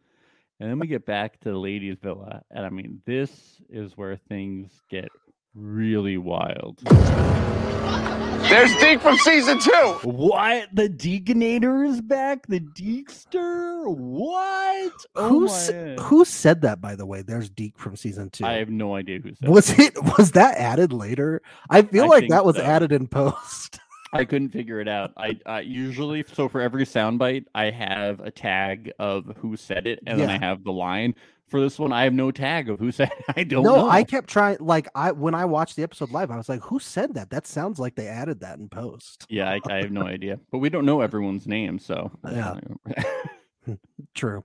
Speaker 3: then we get back to the ladies' villa, and I mean, this is where things get really wild.
Speaker 4: There's Deke from season two.
Speaker 3: What? The Deaconator is back. The Deekster. What? Oh
Speaker 2: who
Speaker 3: my
Speaker 2: s-
Speaker 3: head.
Speaker 2: who said that? By the way, there's Deke from season two.
Speaker 3: I have no idea who said.
Speaker 2: was it was that added later? I feel
Speaker 3: I
Speaker 2: like
Speaker 3: think
Speaker 2: that was
Speaker 3: so.
Speaker 2: added in post. (laughs)
Speaker 3: I couldn't figure it out. I, I usually so for every soundbite I have a tag of who said it, and then
Speaker 2: Yeah.
Speaker 3: I have the line. For this one, I have no tag of who said. It. (laughs) I don't
Speaker 2: no,
Speaker 3: know.
Speaker 2: I kept trying. Like I when I watched the episode live, I was like, "Who said that? That sounds like they added that in post."
Speaker 3: yeah, I, I have no idea. But we don't know everyone's name, so
Speaker 2: (laughs) Yeah. True.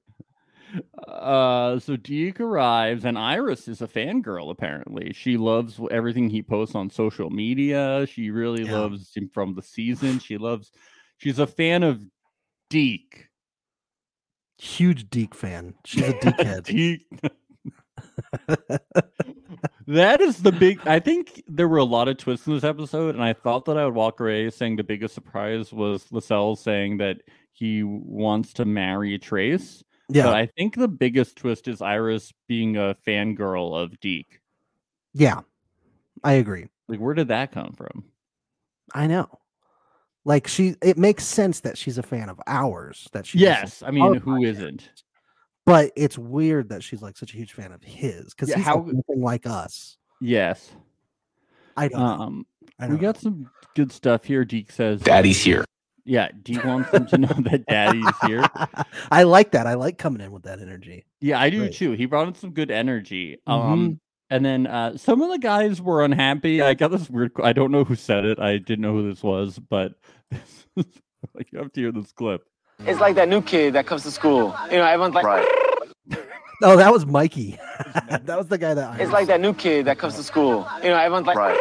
Speaker 3: uh, so Deke arrives, and Iris is a fangirl. Apparently, she loves wh- everything he posts on social media. She really
Speaker 2: Yeah.
Speaker 3: loves him from the season. She loves. She's a fan of Deke.
Speaker 2: Huge Deke fan. She's
Speaker 3: (laughs)
Speaker 2: a (laughs) Dekehead.
Speaker 3: Deke. that is the big. I think there were a lot of twists in this episode, and I thought that I would walk away saying the biggest surprise was Lascelles saying that he wants to marry Trace. But
Speaker 2: yeah,
Speaker 3: I think the biggest twist is Iris being a fangirl of Deke.
Speaker 2: yeah. I agree.
Speaker 3: Like, where did that come from?
Speaker 2: I know. Like she, it makes sense that she's a fan of ours. That she listens
Speaker 3: Yes, I mean, who isn't?
Speaker 2: but it's weird that she's like such a huge fan of his because
Speaker 3: Yeah,
Speaker 2: he's
Speaker 3: how-
Speaker 2: like nothing like us.
Speaker 3: Yes.
Speaker 2: I don't. know.
Speaker 3: Um,
Speaker 2: I
Speaker 3: we
Speaker 2: don't (laughs) know.
Speaker 3: got some good stuff here. Deke says,
Speaker 6: Daddy's here.
Speaker 3: "Yeah, Deke wants them to know that Daddy's here."
Speaker 2: I like that. I like coming in with that energy.
Speaker 3: Yeah, I do
Speaker 2: Right. Mm-hmm.
Speaker 3: too. He brought in some good energy. Um, and then uh, some of the guys were unhappy. I got this weird. qu- I don't know who said it. I didn't know who this was, but (laughs) like you have to hear this clip.
Speaker 6: It's like that new kid that comes to school. You know, everyone's like,
Speaker 2: Oh, that was Mikey. (laughs) that was the guy that. I
Speaker 6: it's like
Speaker 2: was-
Speaker 6: that new kid that comes to school. You know, everyone's like,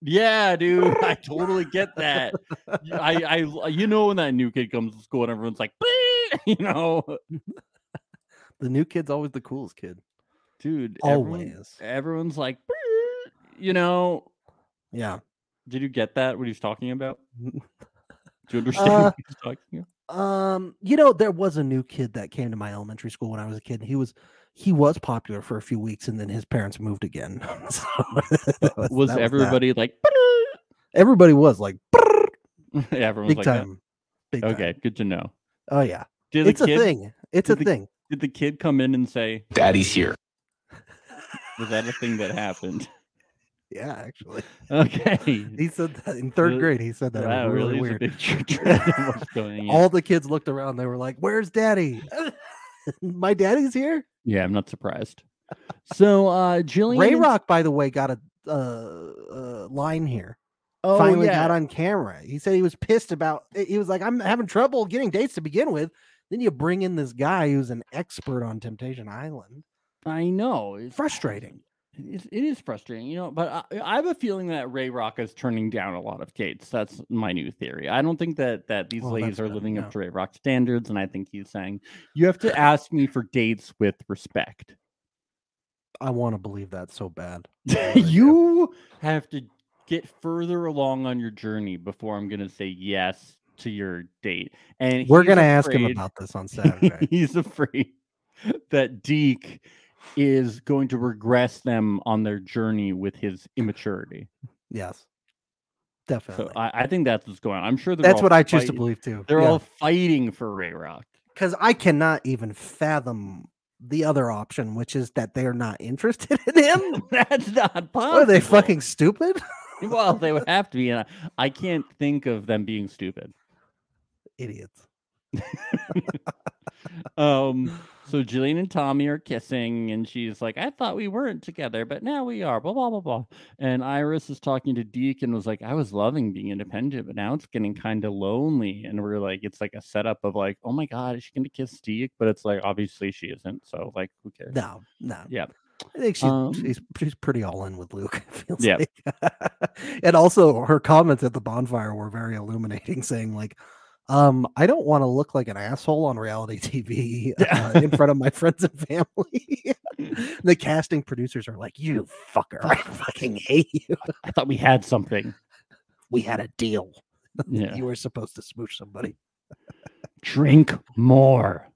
Speaker 3: Yeah, dude, I totally get that. Y- I, I, you know, when that new kid comes to school and everyone's like, "Bleep," (laughs) you know,
Speaker 2: The new kid's always the coolest kid.
Speaker 3: dude,
Speaker 2: Oh,
Speaker 3: everyone-
Speaker 2: Always.
Speaker 3: everyone's like, "Bleep," you know,
Speaker 2: Yeah.
Speaker 3: did you get that? What he's talking about? Do you understand
Speaker 2: (laughs)
Speaker 3: (laughs)
Speaker 2: Uh,
Speaker 3: what he's talking about?
Speaker 2: Um. You know, there was a new kid that came to my elementary school when I was a kid. And he was. He was popular for a few weeks, and then his parents moved again. (laughs) So, that
Speaker 3: was (laughs)
Speaker 2: that.
Speaker 3: everybody like,
Speaker 2: Everybody was like,
Speaker 3: (laughs) yeah, everyone's
Speaker 2: Big
Speaker 3: like that.
Speaker 2: time. Big time.
Speaker 3: Okay, good to know.
Speaker 2: Oh yeah.
Speaker 3: Did
Speaker 2: It's
Speaker 3: the
Speaker 2: a
Speaker 3: kid
Speaker 2: thing. It's a
Speaker 3: did the-
Speaker 2: thing.
Speaker 3: did the kid come in and say,
Speaker 4: Daddy's here.
Speaker 3: was that a thing that
Speaker 2: (laughs)
Speaker 3: happened? (laughs)
Speaker 2: Yeah, actually.
Speaker 3: Okay.
Speaker 2: He said that in third
Speaker 3: Really-
Speaker 2: grade. He said that. It
Speaker 3: That
Speaker 2: was really,
Speaker 3: really is a
Speaker 2: weird.
Speaker 3: big (laughs)
Speaker 2: (laughs)
Speaker 3: trend of what's going on.
Speaker 2: All the kids looked around. They were like, "Where's daddy? (laughs) My daddy's here."
Speaker 3: Yeah, I'm not surprised. So uh Jillian
Speaker 2: Ray
Speaker 3: and-
Speaker 2: Rock, by the way, got a uh, uh, line here.
Speaker 3: oh,
Speaker 2: Finally
Speaker 3: yeah.
Speaker 2: got on camera. He said he was pissed about. He was like, "I'm having trouble getting dates to begin with." Then you bring in this guy who's an expert on Temptation Island.
Speaker 3: I know. It's
Speaker 2: Frustrating.
Speaker 3: It, it is frustrating, you know, but I, I have a feeling that Ray Rock is turning down a lot of dates. That's my new theory. I don't think that that these
Speaker 2: Well,
Speaker 3: ladies
Speaker 2: that's
Speaker 3: are
Speaker 2: good,
Speaker 3: living up
Speaker 2: no.
Speaker 3: to Ray Rock standards, and I think he's saying you have to ask me for dates with respect.
Speaker 2: I want to believe that so bad. they do.
Speaker 3: you have to get further along on your journey before I'm gonna say yes to your date. And
Speaker 2: We're
Speaker 3: he's
Speaker 2: gonna ask him
Speaker 3: afraid- (laughs)
Speaker 2: about this on Saturday.
Speaker 3: he's afraid that Deke is going to regress them on their journey with his immaturity.
Speaker 2: yes,
Speaker 3: So
Speaker 2: definitely.
Speaker 3: I, I think that's what's going on. I'm sure they're
Speaker 2: That's
Speaker 3: all
Speaker 2: what I choose to
Speaker 3: fight-
Speaker 2: believe too.
Speaker 3: They're all fighting for Ray Rock. (laughs)
Speaker 2: because I cannot even fathom the other option, which is that they are not interested in him.
Speaker 3: that's not possible.
Speaker 2: What, are they fucking stupid?
Speaker 3: (laughs)
Speaker 2: (laughs)
Speaker 3: well, they would have to be. And I, I can't think of them being stupid.
Speaker 2: Idiots.
Speaker 3: (sighs) Um, so Jillian and Tommy are kissing, and she's like, I thought we weren't together, but now we are, blah, blah, blah, blah. And Iris is talking to Deke and was like, I was loving being independent, but now it's getting kind of lonely. And we're like, it's like a setup of like, oh my God, is she going to kiss Deke? But it's like, obviously she isn't. So, like, who cares?
Speaker 2: No, no.
Speaker 3: Yeah.
Speaker 2: I think she's,
Speaker 3: Um,
Speaker 2: she's she's pretty all in with Luke. (laughs) It feels
Speaker 3: Yeah.
Speaker 2: like. (laughs) and also her comments at the bonfire were very illuminating, saying like, um, "I don't want to look like an asshole on reality (laughs) TV
Speaker 3: Yeah.
Speaker 2: uh, in front of my friends and family."
Speaker 3: (laughs)
Speaker 2: the casting producers are like, "You fucker! I fucking hate you.
Speaker 3: I thought we had (laughs) something.
Speaker 2: We had a deal.
Speaker 3: Yeah.
Speaker 2: You were supposed to smooch somebody."
Speaker 3: (laughs) Drink more.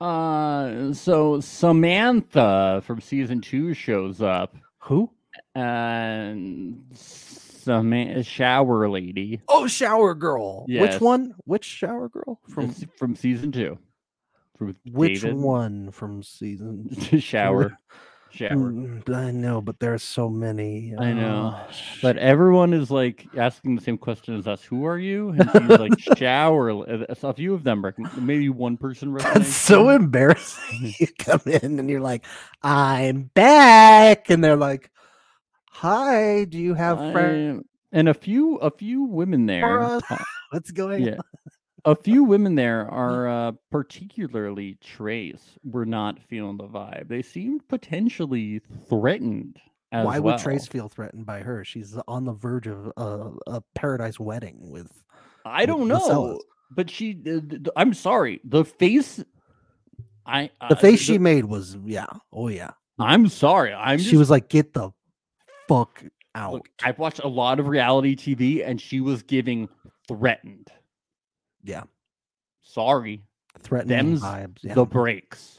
Speaker 3: Uh, so Samantha from season two shows up.
Speaker 2: Who?
Speaker 3: and some shower lady
Speaker 2: Oh, Shower Girl.
Speaker 3: Yes.
Speaker 2: Which one? Which Shower Girl
Speaker 3: from
Speaker 2: from?
Speaker 3: from season two. From
Speaker 2: Which
Speaker 3: David. (laughs)
Speaker 2: one from season
Speaker 3: shower, shower.
Speaker 2: Mm, I know, but there are so many.
Speaker 3: I know,
Speaker 2: uh,
Speaker 3: But everyone is like asking the same question as us. Who are you? And she's
Speaker 2: (laughs)
Speaker 3: like shower. li- uh, A few of them, recogn- maybe one
Speaker 2: (laughs)
Speaker 3: person.
Speaker 2: (laughs) that's so
Speaker 3: recognized (laughs)
Speaker 2: embarrassing. you come in and you're like, "I'm back," and they're like, "Hi, do you have
Speaker 3: her.
Speaker 2: friends?
Speaker 3: I- and a few, a few women there.
Speaker 2: us. What's going?"
Speaker 3: yeah. A few women
Speaker 2: (laughs)
Speaker 3: there are uh, particularly Trace. Were not feeling the vibe. They seemed potentially threatened.
Speaker 2: on?
Speaker 3: As
Speaker 2: Why
Speaker 3: well.
Speaker 2: would Trace feel threatened by her? She's on the verge of a, a paradise wedding with.
Speaker 3: I
Speaker 2: with
Speaker 3: don't
Speaker 2: the
Speaker 3: know,
Speaker 2: Sellas.
Speaker 3: but she. the- the- the- I'm sorry. The face. I
Speaker 2: The
Speaker 3: uh,
Speaker 2: face she made was, yeah, oh yeah.
Speaker 3: I'm sorry. I'm.
Speaker 2: she
Speaker 3: just-
Speaker 2: was like, "Get the fuck out."
Speaker 3: Look, I've watched a lot of reality TV, and she was giving threatened.
Speaker 2: Yeah.
Speaker 3: Sorry.
Speaker 2: Threatening
Speaker 3: them's
Speaker 2: vibes. Yeah.
Speaker 3: The breaks.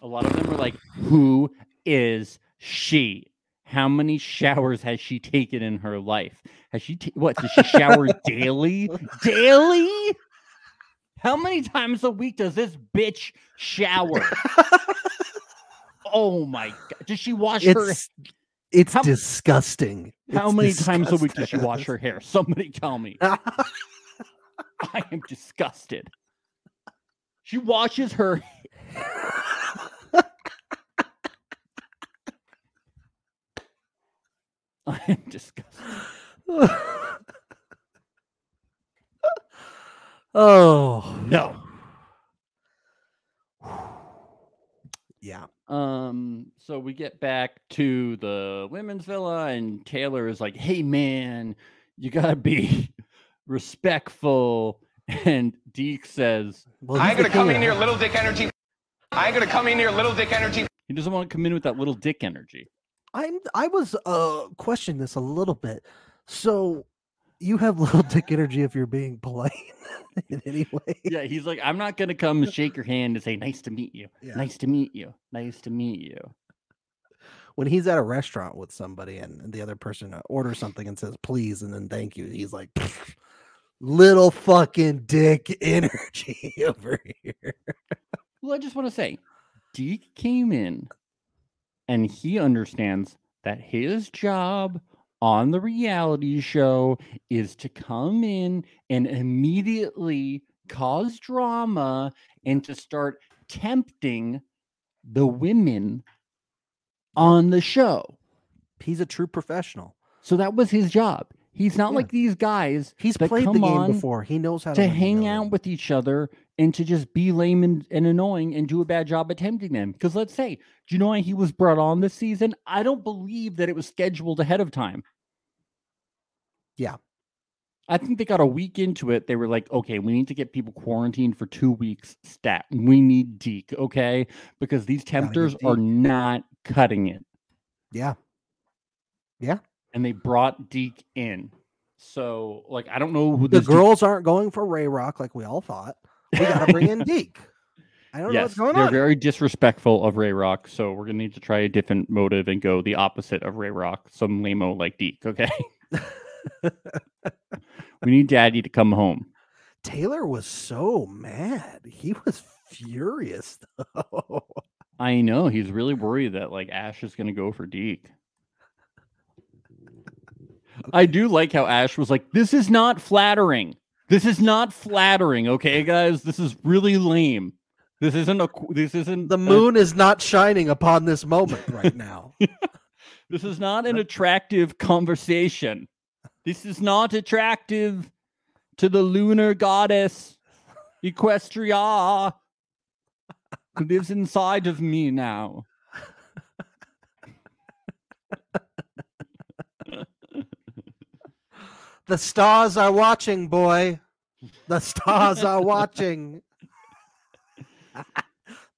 Speaker 3: A lot of them were like, "Who is she? How many showers has she taken in her life? Has she ta- what? Does she
Speaker 2: (laughs)
Speaker 3: shower daily? Daily? How many times a week does this bitch
Speaker 2: (laughs)
Speaker 3: shower? oh my god! Does she wash her?
Speaker 2: it's it's
Speaker 3: How-
Speaker 2: disgusting.
Speaker 3: How
Speaker 2: It's
Speaker 3: many times a week does she wash
Speaker 2: disgusting.
Speaker 3: her hair? Somebody tell me. (laughs) I am disgusted. She washes her. (laughs) I am disgusted.
Speaker 2: (laughs) oh
Speaker 3: No.
Speaker 2: (sighs) yeah,
Speaker 3: Um. So we get back to the women's villa, and Taylor is like, "Hey, man, you gotta be (laughs) respectful." And Deke says
Speaker 2: well,
Speaker 4: I ain't
Speaker 2: he's the
Speaker 4: gonna come
Speaker 2: king
Speaker 4: in
Speaker 2: of
Speaker 4: here,
Speaker 2: hell.
Speaker 4: little dick energy. I ain't gonna come in here, little dick energy.
Speaker 3: he doesn't want to come in with that little dick energy.
Speaker 2: I'm I was uh questioning this a little bit. So you have
Speaker 3: (laughs)
Speaker 2: little dick energy if you're being polite (laughs) in any way.
Speaker 3: yeah, he's like, I'm not gonna come and shake your hand and say, "Nice to meet you.
Speaker 2: Yeah.
Speaker 3: Nice to meet you. Nice to meet you."
Speaker 2: when he's at a restaurant with somebody and the other person uh, orders something and says please and then thank you, he's like "Pfft, little fucking dick (laughs) energy over here.
Speaker 3: Well, I just want to say, Deke came in and he understands that his job on the reality show is to come in and immediately cause drama and to start tempting the women on the show.
Speaker 2: He's a true professional.
Speaker 3: So that was his job. He's not
Speaker 2: Yeah.
Speaker 3: like these guys
Speaker 2: He's
Speaker 3: that
Speaker 2: played the
Speaker 3: come
Speaker 2: game
Speaker 3: on
Speaker 2: before. He knows how to,
Speaker 3: to
Speaker 2: win the
Speaker 3: hang
Speaker 2: other.
Speaker 3: out with each other and to just be lame and, and annoying and do a bad job at tempting them. Because let's say, do you know why he was brought on this season? I don't believe that it was scheduled ahead of time.
Speaker 2: Yeah.
Speaker 3: I think they got a week into it. They were like, okay, we need to get people quarantined for two weeks stat. We need Deke, okay? Because these
Speaker 2: get
Speaker 3: tempters are
Speaker 2: Deke.
Speaker 3: not cutting it.
Speaker 2: Yeah.
Speaker 3: And they brought Deke in. So, like, I don't know who
Speaker 2: The
Speaker 3: this Deke-
Speaker 2: girls aren't going for Ray Rock like we all thought. We gotta
Speaker 3: (laughs)
Speaker 2: bring in Deke. I don't know what's going
Speaker 3: they're
Speaker 2: on.
Speaker 3: very disrespectful of Ray Rock, so we're gonna need to try a different motive and go the opposite of Ray Rock, some lamo like Deke. Okay, (laughs) we need Daddy to come home.
Speaker 2: Taylor was so mad. He was furious (laughs) though.
Speaker 3: I know he's really worried that like Ash is gonna go for Deke. I do like how Ash was like, "This is not flattering. This is not flattering." Okay, guys, this is really lame. This isn't a. qu- This isn't
Speaker 2: the
Speaker 3: an
Speaker 2: moon is not shining upon this moment right (laughs) now.
Speaker 3: This is not an attractive conversation. This is not attractive to the lunar goddess Equestria, who lives inside of me now.
Speaker 2: the stars are watching, boy. The stars are watching. (laughs)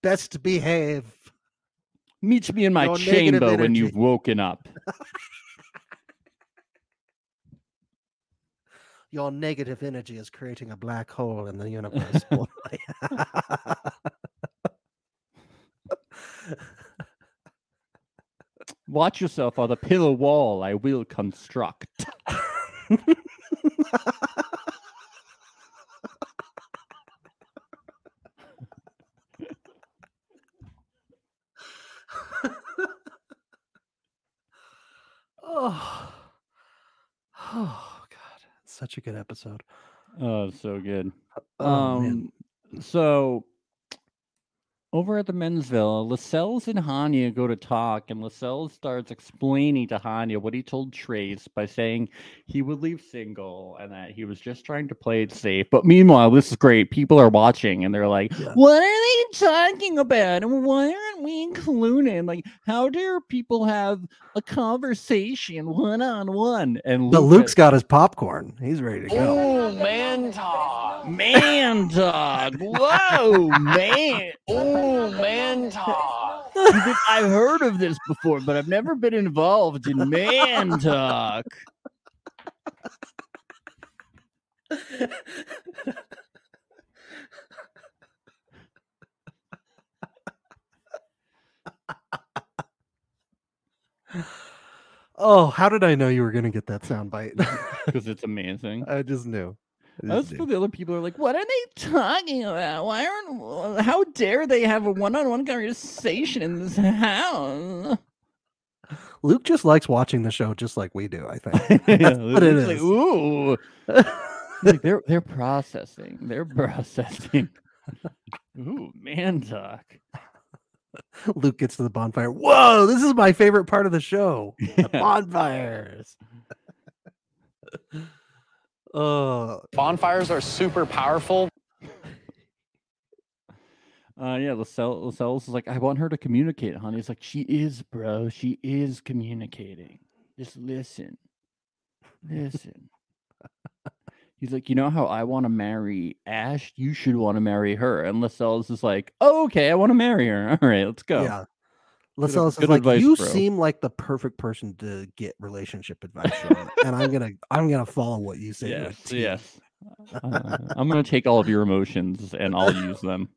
Speaker 2: Best behave.
Speaker 3: Meet me in my
Speaker 2: Your negative
Speaker 3: chamber when
Speaker 2: energy.
Speaker 3: you've woken up.
Speaker 2: Your negative energy is creating a black hole in the universe. (laughs) boy.
Speaker 3: Watch yourself on the pillar wall I will construct.
Speaker 2: oh. oh, God. Such a good episode.
Speaker 3: Oh, so good.
Speaker 2: Oh, man.
Speaker 3: um, so over at the men's villa, Lascelles and Hania go to talk, and Lascelles starts explaining to Hania what he told Trace by saying he would leave single and that he was just trying to play it safe. But meanwhile, this is great. People are watching, and they're like,
Speaker 2: Yeah.
Speaker 3: "What are they talking about? And why aren't we included? Like, how dare people have a conversation one on one?" And
Speaker 2: But
Speaker 3: Luca-
Speaker 2: Luke's got his popcorn. He's ready to go.
Speaker 7: Ooh, man
Speaker 5: Um,
Speaker 7: talk.
Speaker 3: man dog, whoa, man.
Speaker 7: Ooh, man talk.
Speaker 3: You think, I've heard of this before, but I've never been involved in man (laughs) talk.
Speaker 2: Oh, how did I know you were going to get
Speaker 3: (laughs)
Speaker 2: that soundbite?
Speaker 3: Because it's amazing.
Speaker 2: (laughs) I just knew. I
Speaker 3: That's
Speaker 2: just
Speaker 3: for
Speaker 2: knew.
Speaker 3: the other people are like, what are they talking about? Why aren't how dare they have a one-on-one conversation in this
Speaker 2: (laughs)
Speaker 3: house?
Speaker 2: Luke just likes watching the show just like we
Speaker 3: (laughs)
Speaker 2: do, I think. (laughs) what it
Speaker 3: It's like,
Speaker 2: is.
Speaker 3: ooh. He's like, they're they're processing. They're
Speaker 2: (laughs)
Speaker 3: processing. Ooh, man talk.
Speaker 2: (laughs) Luke gets to the bonfire. Whoa, this is my favorite part of the show. The
Speaker 3: (laughs) Yeah.
Speaker 2: bonfires. (laughs) Oh,
Speaker 7: Bonfires are super powerful.
Speaker 3: Uh, yeah, Lascelles, Lascelles is like, I want her to communicate, honey. He's like, she is, bro. She is communicating. Just listen, listen. He's like, you know how I want to marry Ash? You should want to marry her. And Lascelles is like, oh, okay, I want to marry her. All right, let's go.
Speaker 2: yeah. Lascelles is
Speaker 3: good
Speaker 2: like,
Speaker 3: advice,
Speaker 2: you
Speaker 3: bro."
Speaker 2: seem like the perfect person to get relationship advice from, and I'm gonna, I'm gonna follow what you say. to a
Speaker 3: Yes,
Speaker 2: T."
Speaker 3: yes. Uh, I'm gonna take all of your emotions and I'll use them.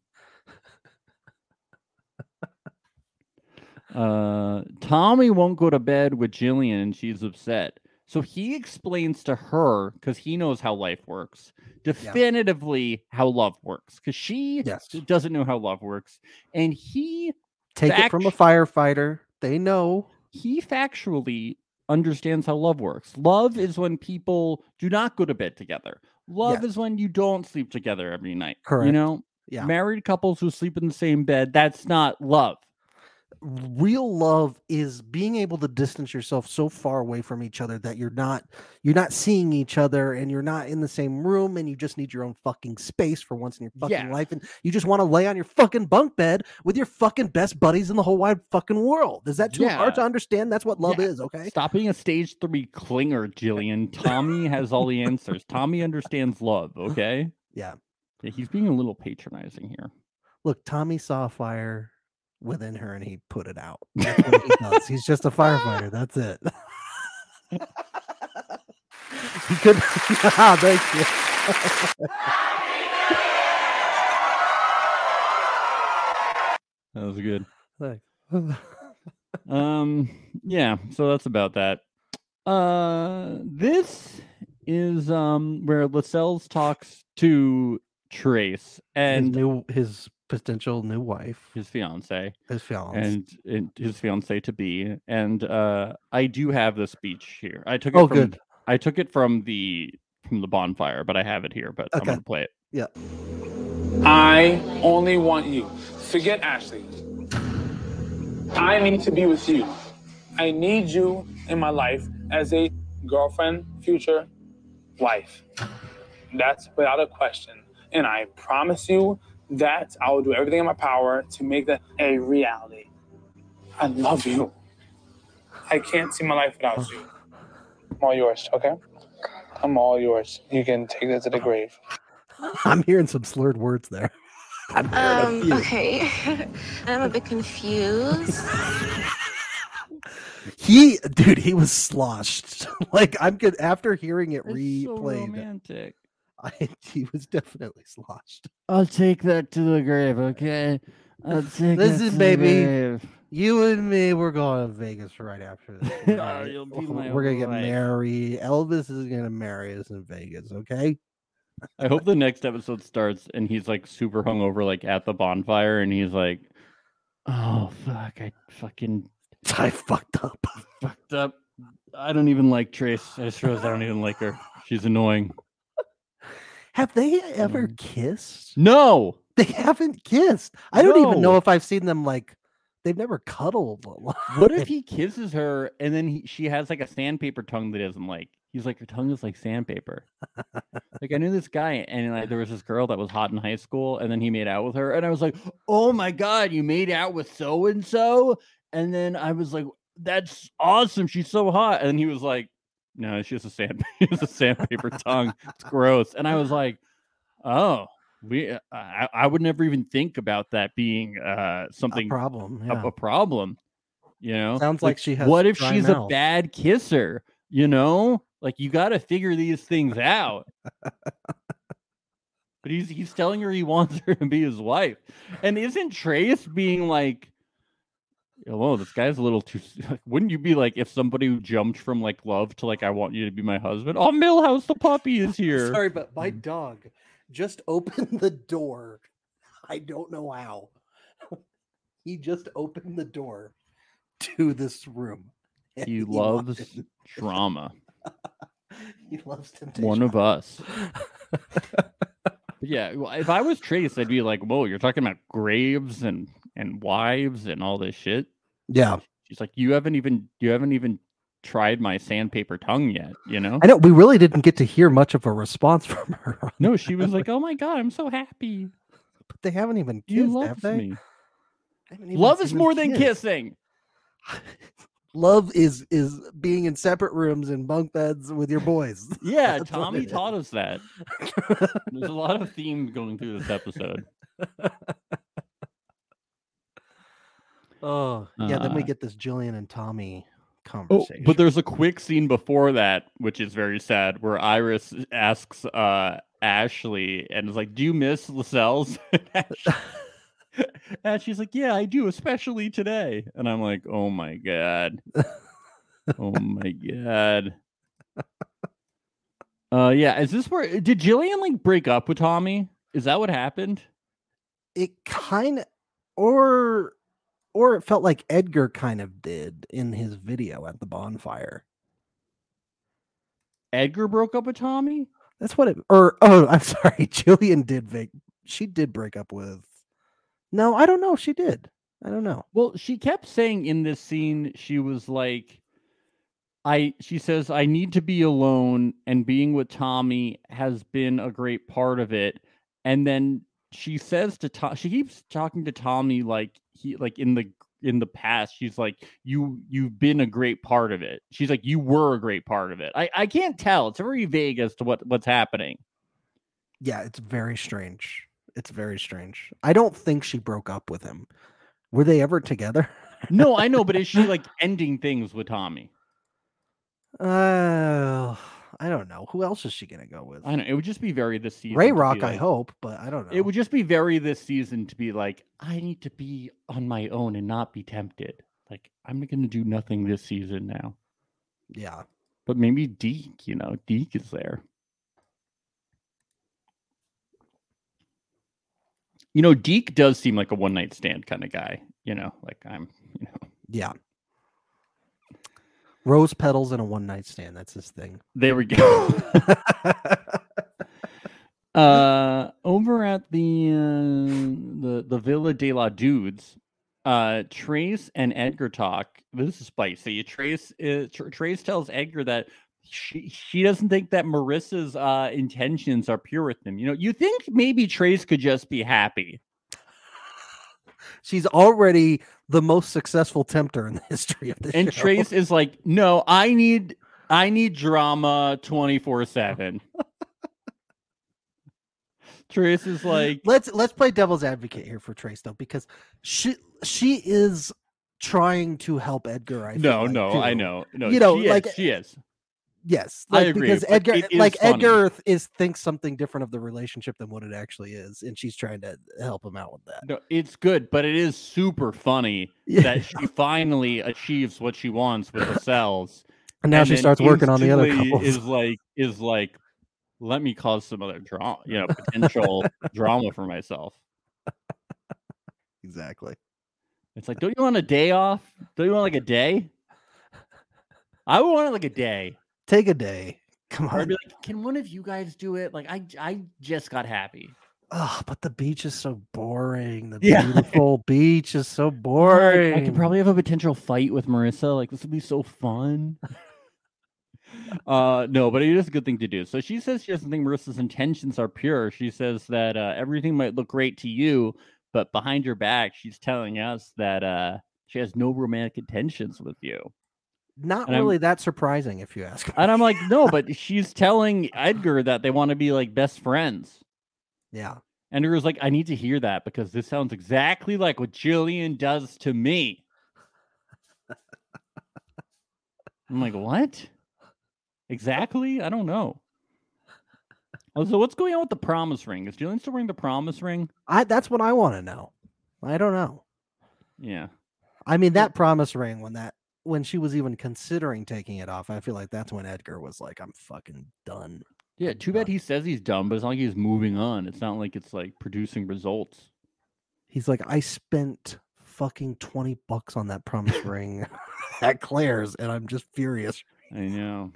Speaker 3: Uh, Tommy won't go to bed with Jillian and she's upset. So he explains to her, because he knows how life works, definitively how love works, because she
Speaker 2: Yes.
Speaker 3: doesn't know how love works. And he
Speaker 2: Take it from a firefighter. They know.
Speaker 3: he factually understands how love works. Love is when people do not go to bed together. Love is when you don't sleep together every night. You
Speaker 2: Correct.
Speaker 3: know,
Speaker 2: Yeah.
Speaker 3: married couples who sleep in the same bed, that's not love.
Speaker 2: real love is being able to distance yourself so far away from each other that you're not you're not seeing each other and you're not in the same room and you just need your own fucking space for once in your fucking
Speaker 3: Yeah.
Speaker 2: life and you just want to lay on your fucking bunk bed with your fucking best buddies in the whole wide fucking world. Is that too
Speaker 3: Yeah.
Speaker 2: hard to understand? That's what love
Speaker 3: Yeah.
Speaker 2: is, okay?
Speaker 3: Stop being a stage three clinger, Jillian. Tommy has all the answers. Tommy understands
Speaker 2: (laughs)
Speaker 3: love, okay?
Speaker 2: Yeah.
Speaker 3: Yeah, he's being a little patronizing here.
Speaker 2: Look, Tommy saw a fire within her and he put
Speaker 3: (laughs)
Speaker 2: it out. That's what he does. He's just a firefighter. That's it. (laughs) he could (laughs) thank you.
Speaker 3: That was good.
Speaker 2: Like,
Speaker 3: (laughs) um yeah so that's about that uh this is um where lascelles talks to trace
Speaker 2: and
Speaker 3: and
Speaker 2: his, new, his potential new wife,
Speaker 3: his fiance
Speaker 2: his fiance.
Speaker 3: and, and his fiance to be and uh i do have the speech here i took it
Speaker 2: oh,
Speaker 3: from
Speaker 2: good.
Speaker 3: i took it from the from the bonfire but i have it here but i'm
Speaker 2: Okay.
Speaker 3: gonna play it
Speaker 7: I only want you. Forget Ashley. I need to be with you. I need you in my life as a girlfriend, future wife. That's without a question. And I promise you that I will do everything in my power to make that a reality. I love you. I can't see my life without you. I'm all yours, okay? I'm all yours. You can take that to the grave.
Speaker 2: (laughs) I'm hearing some slurred words there. I'm hearing a
Speaker 5: Um,
Speaker 2: few.
Speaker 5: okay. (laughs) I'm a bit confused.
Speaker 2: He, dude, he was sloshed. (laughs) like I'm good after hearing it
Speaker 3: It's so
Speaker 2: replayed.
Speaker 3: romantic
Speaker 2: (laughs) I, he was definitely sloshed.
Speaker 3: i'll take that to the grave okay I'll take
Speaker 2: Listen, baby. You and me, we're going to Vegas right after this.
Speaker 3: (laughs) Oh,
Speaker 2: right?
Speaker 3: you'll
Speaker 2: (laughs)
Speaker 3: be my
Speaker 2: we're gonna get
Speaker 3: wife.
Speaker 2: married. Elvis is gonna marry us in Vegas. Okay. (laughs)
Speaker 3: I hope the next episode starts and he's like super hungover, like at the bonfire, and he's like, "Oh fuck, I fucking
Speaker 2: I fucked up.
Speaker 3: fucked up. I don't even like Trace. I just realized I don't even like her. She's annoying."
Speaker 2: Have they ever
Speaker 3: Mm.
Speaker 2: kissed?
Speaker 3: No,
Speaker 2: They haven't kissed. I don't even know
Speaker 3: No.
Speaker 2: if I've seen them like they've never cuddled. (laughs)
Speaker 3: what if he kisses her and then he, she has like a sandpaper tongue that he doesn't like? He's like, "Your tongue is like sandpaper." like I knew this guy, and like there was this girl that was hot in high school, and then he made out with her, and I was like, "Oh my god, you made out with so and so," and then I was like, "That's awesome, she's so hot," and he was like, "No, she has a sand, (laughs) she has a sandpaper tongue, it's gross," and I was like, "Oh." We, I- I, I would never even think about that being uh,
Speaker 2: a
Speaker 3: something
Speaker 2: problem?
Speaker 3: a-
Speaker 2: Yeah.
Speaker 3: a, problem. You know,
Speaker 2: Sounds like she has
Speaker 3: What if
Speaker 2: dry
Speaker 3: she's a
Speaker 2: mouth.
Speaker 3: bad kisser? You know, like you got to figure these things out.
Speaker 2: (laughs)
Speaker 3: but he's he's telling her he wants her to be his wife, and isn't Trace being like? Whoa, this guy's a little too. s- (laughs) like, Wouldn't you be like if somebody who jumped from like love to like I want you to be my husband? Oh, Millhouse the puppy is here.
Speaker 2: (laughs)
Speaker 3: Mm.
Speaker 2: Sorry, but my dog just (laughs) opened the door. I don't know how. (laughs) he just opened the door to this room. (laughs) and
Speaker 3: He
Speaker 2: walked
Speaker 3: loves
Speaker 2: in.
Speaker 3: drama.
Speaker 2: He loves temptation.
Speaker 3: One of
Speaker 2: (laughs)
Speaker 3: us. Yeah, well, if I was Trace, I'd be like, "Whoa, you're talking about graves and and wives and all this shit."
Speaker 2: yeah,
Speaker 3: She's like, "You haven't even you haven't even tried my sandpaper tongue yet," you know?
Speaker 2: I know. We really didn't get to hear much of a response (laughs) from her. on
Speaker 3: No, she was like, "Oh my god, I'm so happy.
Speaker 2: But they haven't even kissed,
Speaker 3: You
Speaker 2: have
Speaker 3: love
Speaker 2: they?
Speaker 3: me.
Speaker 2: I haven't even
Speaker 3: Love is
Speaker 2: seen them
Speaker 3: more than
Speaker 2: kiss.
Speaker 3: kissing."
Speaker 2: Love is is being in separate rooms in bunk beds with your (laughs) boys.
Speaker 3: Yeah,
Speaker 2: (laughs) That's what
Speaker 3: Tommy
Speaker 2: it
Speaker 3: taught us
Speaker 2: (laughs)
Speaker 3: that. There's a lot of themes going through this episode.
Speaker 2: oh, yeah. Then we
Speaker 3: Uh,
Speaker 2: get this Jillian and Tommy
Speaker 3: Oh,
Speaker 2: conversation.
Speaker 3: but there's a quick scene before that, which is very sad, where Iris (laughs) asks uh, Ashley and is like, "Do you miss Lascelles?" And Ash- And she's like, Yeah, I do, especially today. And I'm like, Oh my God. oh my God. Uh yeah, is this where did Jillian like break up with Tommy? Is that what happened?
Speaker 2: It kind of, or or it felt like Edgar kind of did in his video at the bonfire.
Speaker 3: Edgar broke up with Tommy?
Speaker 2: That's what it. Or oh, I'm (laughs) sorry, Jillian did. Make, she did break up with. No, I don't know. if She did. I don't know.
Speaker 3: Well, she kept saying in this scene, she was like, I, she says, I need to be alone, and being with Tommy has been a great part of it. And then she says to Tom, she keeps talking to Tommy like he, like in the, in the past, she's like, you, you've been a great part of it. She's like, you were a great part of it. I, I can't tell. It's very vague as to what, what's
Speaker 2: (laughs)
Speaker 3: happening.
Speaker 2: Yeah, it's very strange. It's very strange. I don't think she broke up with him. Were they ever together? (laughs)
Speaker 3: No, I know, but is she like ending things with Tommy?
Speaker 2: Uh, I don't know. Who else is she gonna go with?
Speaker 3: I don't know. It would just be very this season.
Speaker 2: Ray
Speaker 3: to be
Speaker 2: Rock, I
Speaker 3: like-
Speaker 2: hope, but I don't know.
Speaker 3: It would just be very this season to be like, I need to be on my own and not be tempted. Like, I'm going to do nothing this season now.
Speaker 2: yeah.
Speaker 3: But maybe Deke, you know, Deke is there. You know, Deke does seem like a one night stand kind of guy. You know, like I'm, you know,
Speaker 2: Yeah. Rose petals and a one night stand. That's his thing. (laughs)
Speaker 3: there we go. (laughs) uh over at the uh, the the villa de la dudes uh trace and edgar talk this is spicy trace uh, Tr- trace tells edgar that she she doesn't think that marissa's uh intentions are pure with them you know you think maybe trace could just be happy
Speaker 2: She's already the most successful tempter in the history of this. (laughs)
Speaker 3: and
Speaker 2: show.
Speaker 3: trace is like no i need i need drama 24 7 trace is like
Speaker 2: (laughs) let's let's play devil's advocate here for Trace though, because she she is trying to help Edgar. I feel
Speaker 3: no,
Speaker 2: like,
Speaker 3: no, I
Speaker 2: too.
Speaker 3: know. No,
Speaker 2: You know,
Speaker 3: she
Speaker 2: like,
Speaker 3: is, she is.
Speaker 2: Yes,
Speaker 3: I
Speaker 2: like,
Speaker 3: agree,
Speaker 2: because
Speaker 3: but
Speaker 2: Edgar,
Speaker 3: it is
Speaker 2: like
Speaker 3: funny.
Speaker 2: Edgar th- is thinks something different of the relationship than what it actually is, and she's trying to help him out with that.
Speaker 3: No, it's good, but it is super
Speaker 2: (laughs)
Speaker 3: funny
Speaker 2: Yeah.
Speaker 3: that she finally achieves what she wants with the cells.
Speaker 2: And now
Speaker 3: and
Speaker 2: she
Speaker 3: then
Speaker 2: starts working on the other
Speaker 3: instantly
Speaker 2: couples.
Speaker 3: Is like is like, let me cause some other drama, you know,
Speaker 2: (laughs)
Speaker 3: potential drama for myself.
Speaker 2: exactly.
Speaker 3: It's like, don't you want a day off? Don't you want like a day? I would want like a day.
Speaker 2: Take a day. Come
Speaker 3: Or I'd
Speaker 2: on.
Speaker 3: be like, can one of you guys do it? Like, I I just got happy.
Speaker 2: Oh, but the beach is so boring. The
Speaker 3: Yeah. (laughs)
Speaker 2: beautiful beach is so
Speaker 3: Like,
Speaker 2: boring.
Speaker 3: I could probably have a potential fight with Marissa. Like this would be so fun. (laughs) uh no, but it is a good thing to do. So she says she doesn't think Marissa's intentions are pure. She says that uh, everything might look great to you, but behind your back, she's telling us that uh she has no romantic intentions with you.
Speaker 2: not
Speaker 3: and I'm-
Speaker 2: really that surprising if you ask.
Speaker 3: And
Speaker 2: me.
Speaker 3: I'm like, no, but she's telling Edgar that they want to be like best friends.
Speaker 2: yeah,
Speaker 3: And Edgar's like, I need to hear that because this sounds exactly like what Jillian does to me. I'm like, what? Exactly? I don't know. Oh, so what's going on with the promise ring? Is Jillian still wearing the promise ring?
Speaker 2: I that's what I want to know. I don't know.
Speaker 3: Yeah.
Speaker 2: I mean, that promise ring when that when she was even considering taking it off, I feel like that's when Edgar was like, "I'm fucking done."
Speaker 3: Yeah. Too bad he says he's dumb, but it's not like he's moving on. It's not like it's like producing results.
Speaker 2: He's like, "I spent fucking twenty bucks on that
Speaker 3: (laughs)
Speaker 2: promise ring (laughs) at Claire's, and I'm just furious."
Speaker 3: I know.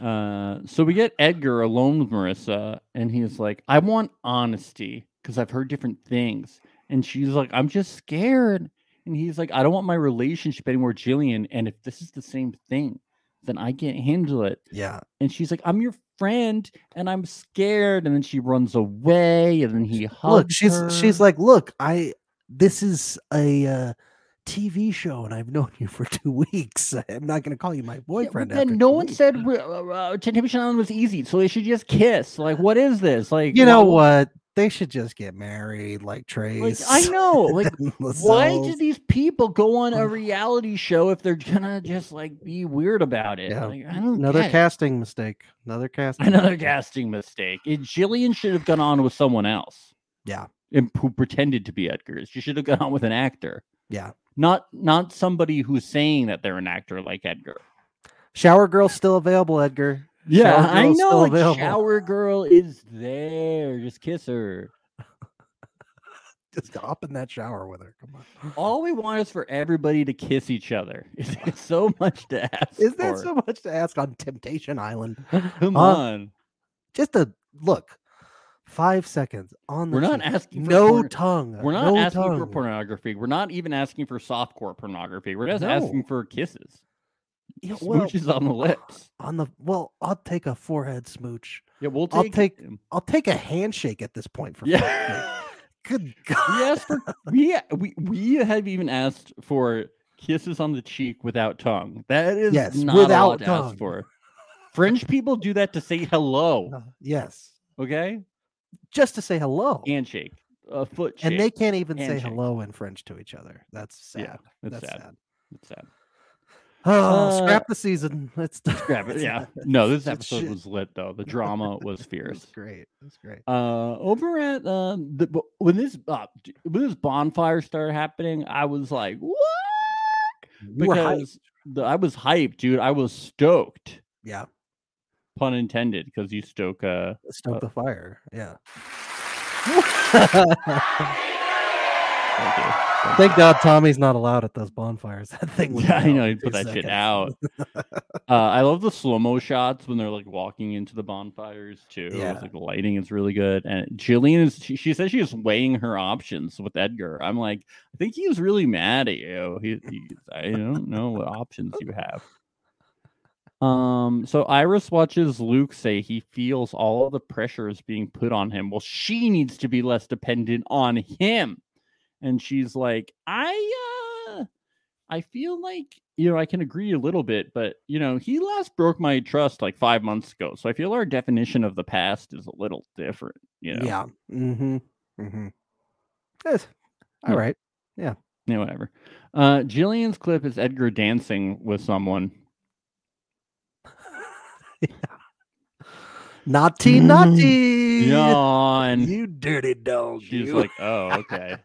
Speaker 3: Uh, so we get Edgar alone with Marissa, and he's like, I want honesty because I've heard different things. And she's like, I'm just scared. And he's like, I don't want my relationship anymore, Jillian. And if this is the same thing, then I can't handle it.
Speaker 2: Yeah,
Speaker 3: And she's like, I'm your friend and I'm scared. And then she runs away, and then he hugs.
Speaker 2: look, she's she's
Speaker 3: her.
Speaker 2: like, "Look, I this is a." Uh, TV show, and I've known you for two weeks. I'm not going to call you my
Speaker 3: Yeah, but
Speaker 2: boyfriend. after
Speaker 3: then no
Speaker 2: two
Speaker 3: one
Speaker 2: weeks."
Speaker 3: said re- uh, uh, Temptation Island was easy, so they should just kiss. Like, what is this? Like,
Speaker 2: You know
Speaker 3: wha-
Speaker 2: what? They should just get married, like
Speaker 3: Like,
Speaker 2: Trace.
Speaker 3: I know. Like,
Speaker 2: (laughs) and
Speaker 3: why
Speaker 2: Lascelles.
Speaker 3: do these people go on a
Speaker 2: Ugh.
Speaker 3: reality show if they're gonna just like be weird about it?
Speaker 2: Yeah.
Speaker 3: Like, I don't
Speaker 2: Another
Speaker 3: get it.
Speaker 2: casting mistake. Another
Speaker 3: (laughs)
Speaker 2: casting.
Speaker 3: another
Speaker 2: mistake.
Speaker 3: casting mistake. It, Jillian should have gone on with someone else.
Speaker 2: Yeah.
Speaker 3: and who pretended to be Edgar's. She should have gone with an actor,
Speaker 2: Yeah.
Speaker 3: not not somebody who's saying that they're an actor like Edgar.
Speaker 2: Shower Girl's still
Speaker 3: (laughs)
Speaker 2: available, Edgar.
Speaker 3: Yeah,
Speaker 2: Shower
Speaker 3: I
Speaker 2: Girl's
Speaker 3: know.
Speaker 2: still
Speaker 3: Like,
Speaker 2: available.
Speaker 3: shower girl is there. Just kiss her.
Speaker 2: Just hop in that shower with her. Come on.
Speaker 3: All we want is for everybody to kiss each other. (laughs) It's, it's so much to ask.
Speaker 2: (laughs) Is that
Speaker 3: for.
Speaker 2: so much to ask on Temptation Island?
Speaker 3: Come
Speaker 2: Huh?
Speaker 3: on.
Speaker 2: Just a look. Five seconds on the.
Speaker 3: We're not
Speaker 2: cheek.
Speaker 3: asking for
Speaker 2: No
Speaker 3: porn-
Speaker 2: tongue.
Speaker 3: We're not
Speaker 2: no
Speaker 3: asking for
Speaker 2: tongue.
Speaker 3: pornography. We're not even asking for softcore pornography. We're just
Speaker 2: No.
Speaker 3: asking for kisses. (laughs)
Speaker 2: Yeah, well, uh,
Speaker 3: Smooches on the lips.
Speaker 2: on the well, I'll take a forehead smooch.
Speaker 3: Yeah, we'll
Speaker 2: I'll
Speaker 3: take.
Speaker 2: take- I'll take a handshake at this point. For fuck's
Speaker 3: (laughs)
Speaker 2: sake.
Speaker 3: yeah.
Speaker 2: Good God.
Speaker 3: we asked for we we we have even asked for kisses on the cheek without tongue. That is
Speaker 2: Yes,
Speaker 3: not
Speaker 2: without
Speaker 3: allowed to
Speaker 2: tongue.
Speaker 3: ask for. French people do that to say hello.
Speaker 2: (laughs) Uh, Yes.
Speaker 3: Okay,
Speaker 2: Just to say hello. And,
Speaker 3: handshake, a foot shake.
Speaker 2: they can't even say
Speaker 3: handshake.
Speaker 2: hello in French to each other. That's sad.
Speaker 3: yeah, that's, sad. That's sad.
Speaker 2: Oh,
Speaker 3: Uh,
Speaker 2: scrap the season. (laughs)
Speaker 3: (laughs)
Speaker 2: Let's
Speaker 3: Grab it.
Speaker 2: (laughs)
Speaker 3: Yeah. No, this
Speaker 2: It's shit.
Speaker 3: episode was lit though. The drama was fierce.
Speaker 2: It's great. It's great.
Speaker 3: Uh, over at uh, the b- when this uh, d- when this bonfire started happening, I was like, "What?"
Speaker 2: You were hyped.
Speaker 3: Because the, I was hyped, dude. I was stoked,
Speaker 2: Yeah.
Speaker 3: uh, pun intended, because you stoke. Uh,
Speaker 2: Stoke
Speaker 3: Uh,
Speaker 2: the fire. Yeah.
Speaker 3: (laughs)
Speaker 2: (laughs)
Speaker 3: thank you. Thank
Speaker 2: Thank God Tommy's not allowed at those bonfires. (laughs) That thing.
Speaker 3: you.
Speaker 2: was
Speaker 3: (laughs) Yeah, I
Speaker 2: out
Speaker 3: know
Speaker 2: in
Speaker 3: you put
Speaker 2: two
Speaker 3: that shit
Speaker 2: seconds.
Speaker 3: out.
Speaker 2: (laughs)
Speaker 3: uh, I love the slow mo shots when they're like walking into the bonfires too.
Speaker 2: Yeah.
Speaker 3: Like the lighting is really good, and Jillian is. She, she says she is weighing her options with Edgar. I'm like, I think he was really mad at you. He, he- I don't know what options you have. Um. So Iris watches Luke say he feels all of the pressures being put on him. Well, she needs to be less dependent on him, and she's like, I. uh I feel like you know I can agree a little bit, but you know he last broke my trust like five months ago, so I feel our definition of the past is a little different. You know,
Speaker 2: Yeah. Mm-hmm. Mm-hmm. Yes. All
Speaker 3: Yeah.
Speaker 2: right. (laughs)
Speaker 3: yeah, whatever. Uh, Jillian's clip is Edgar dancing with someone.
Speaker 2: Naughty,
Speaker 3: Mm.
Speaker 2: naughty.
Speaker 3: Yawn.
Speaker 2: You dirty dog.
Speaker 3: She's
Speaker 2: you.
Speaker 3: like, oh,
Speaker 2: (laughs)
Speaker 3: okay.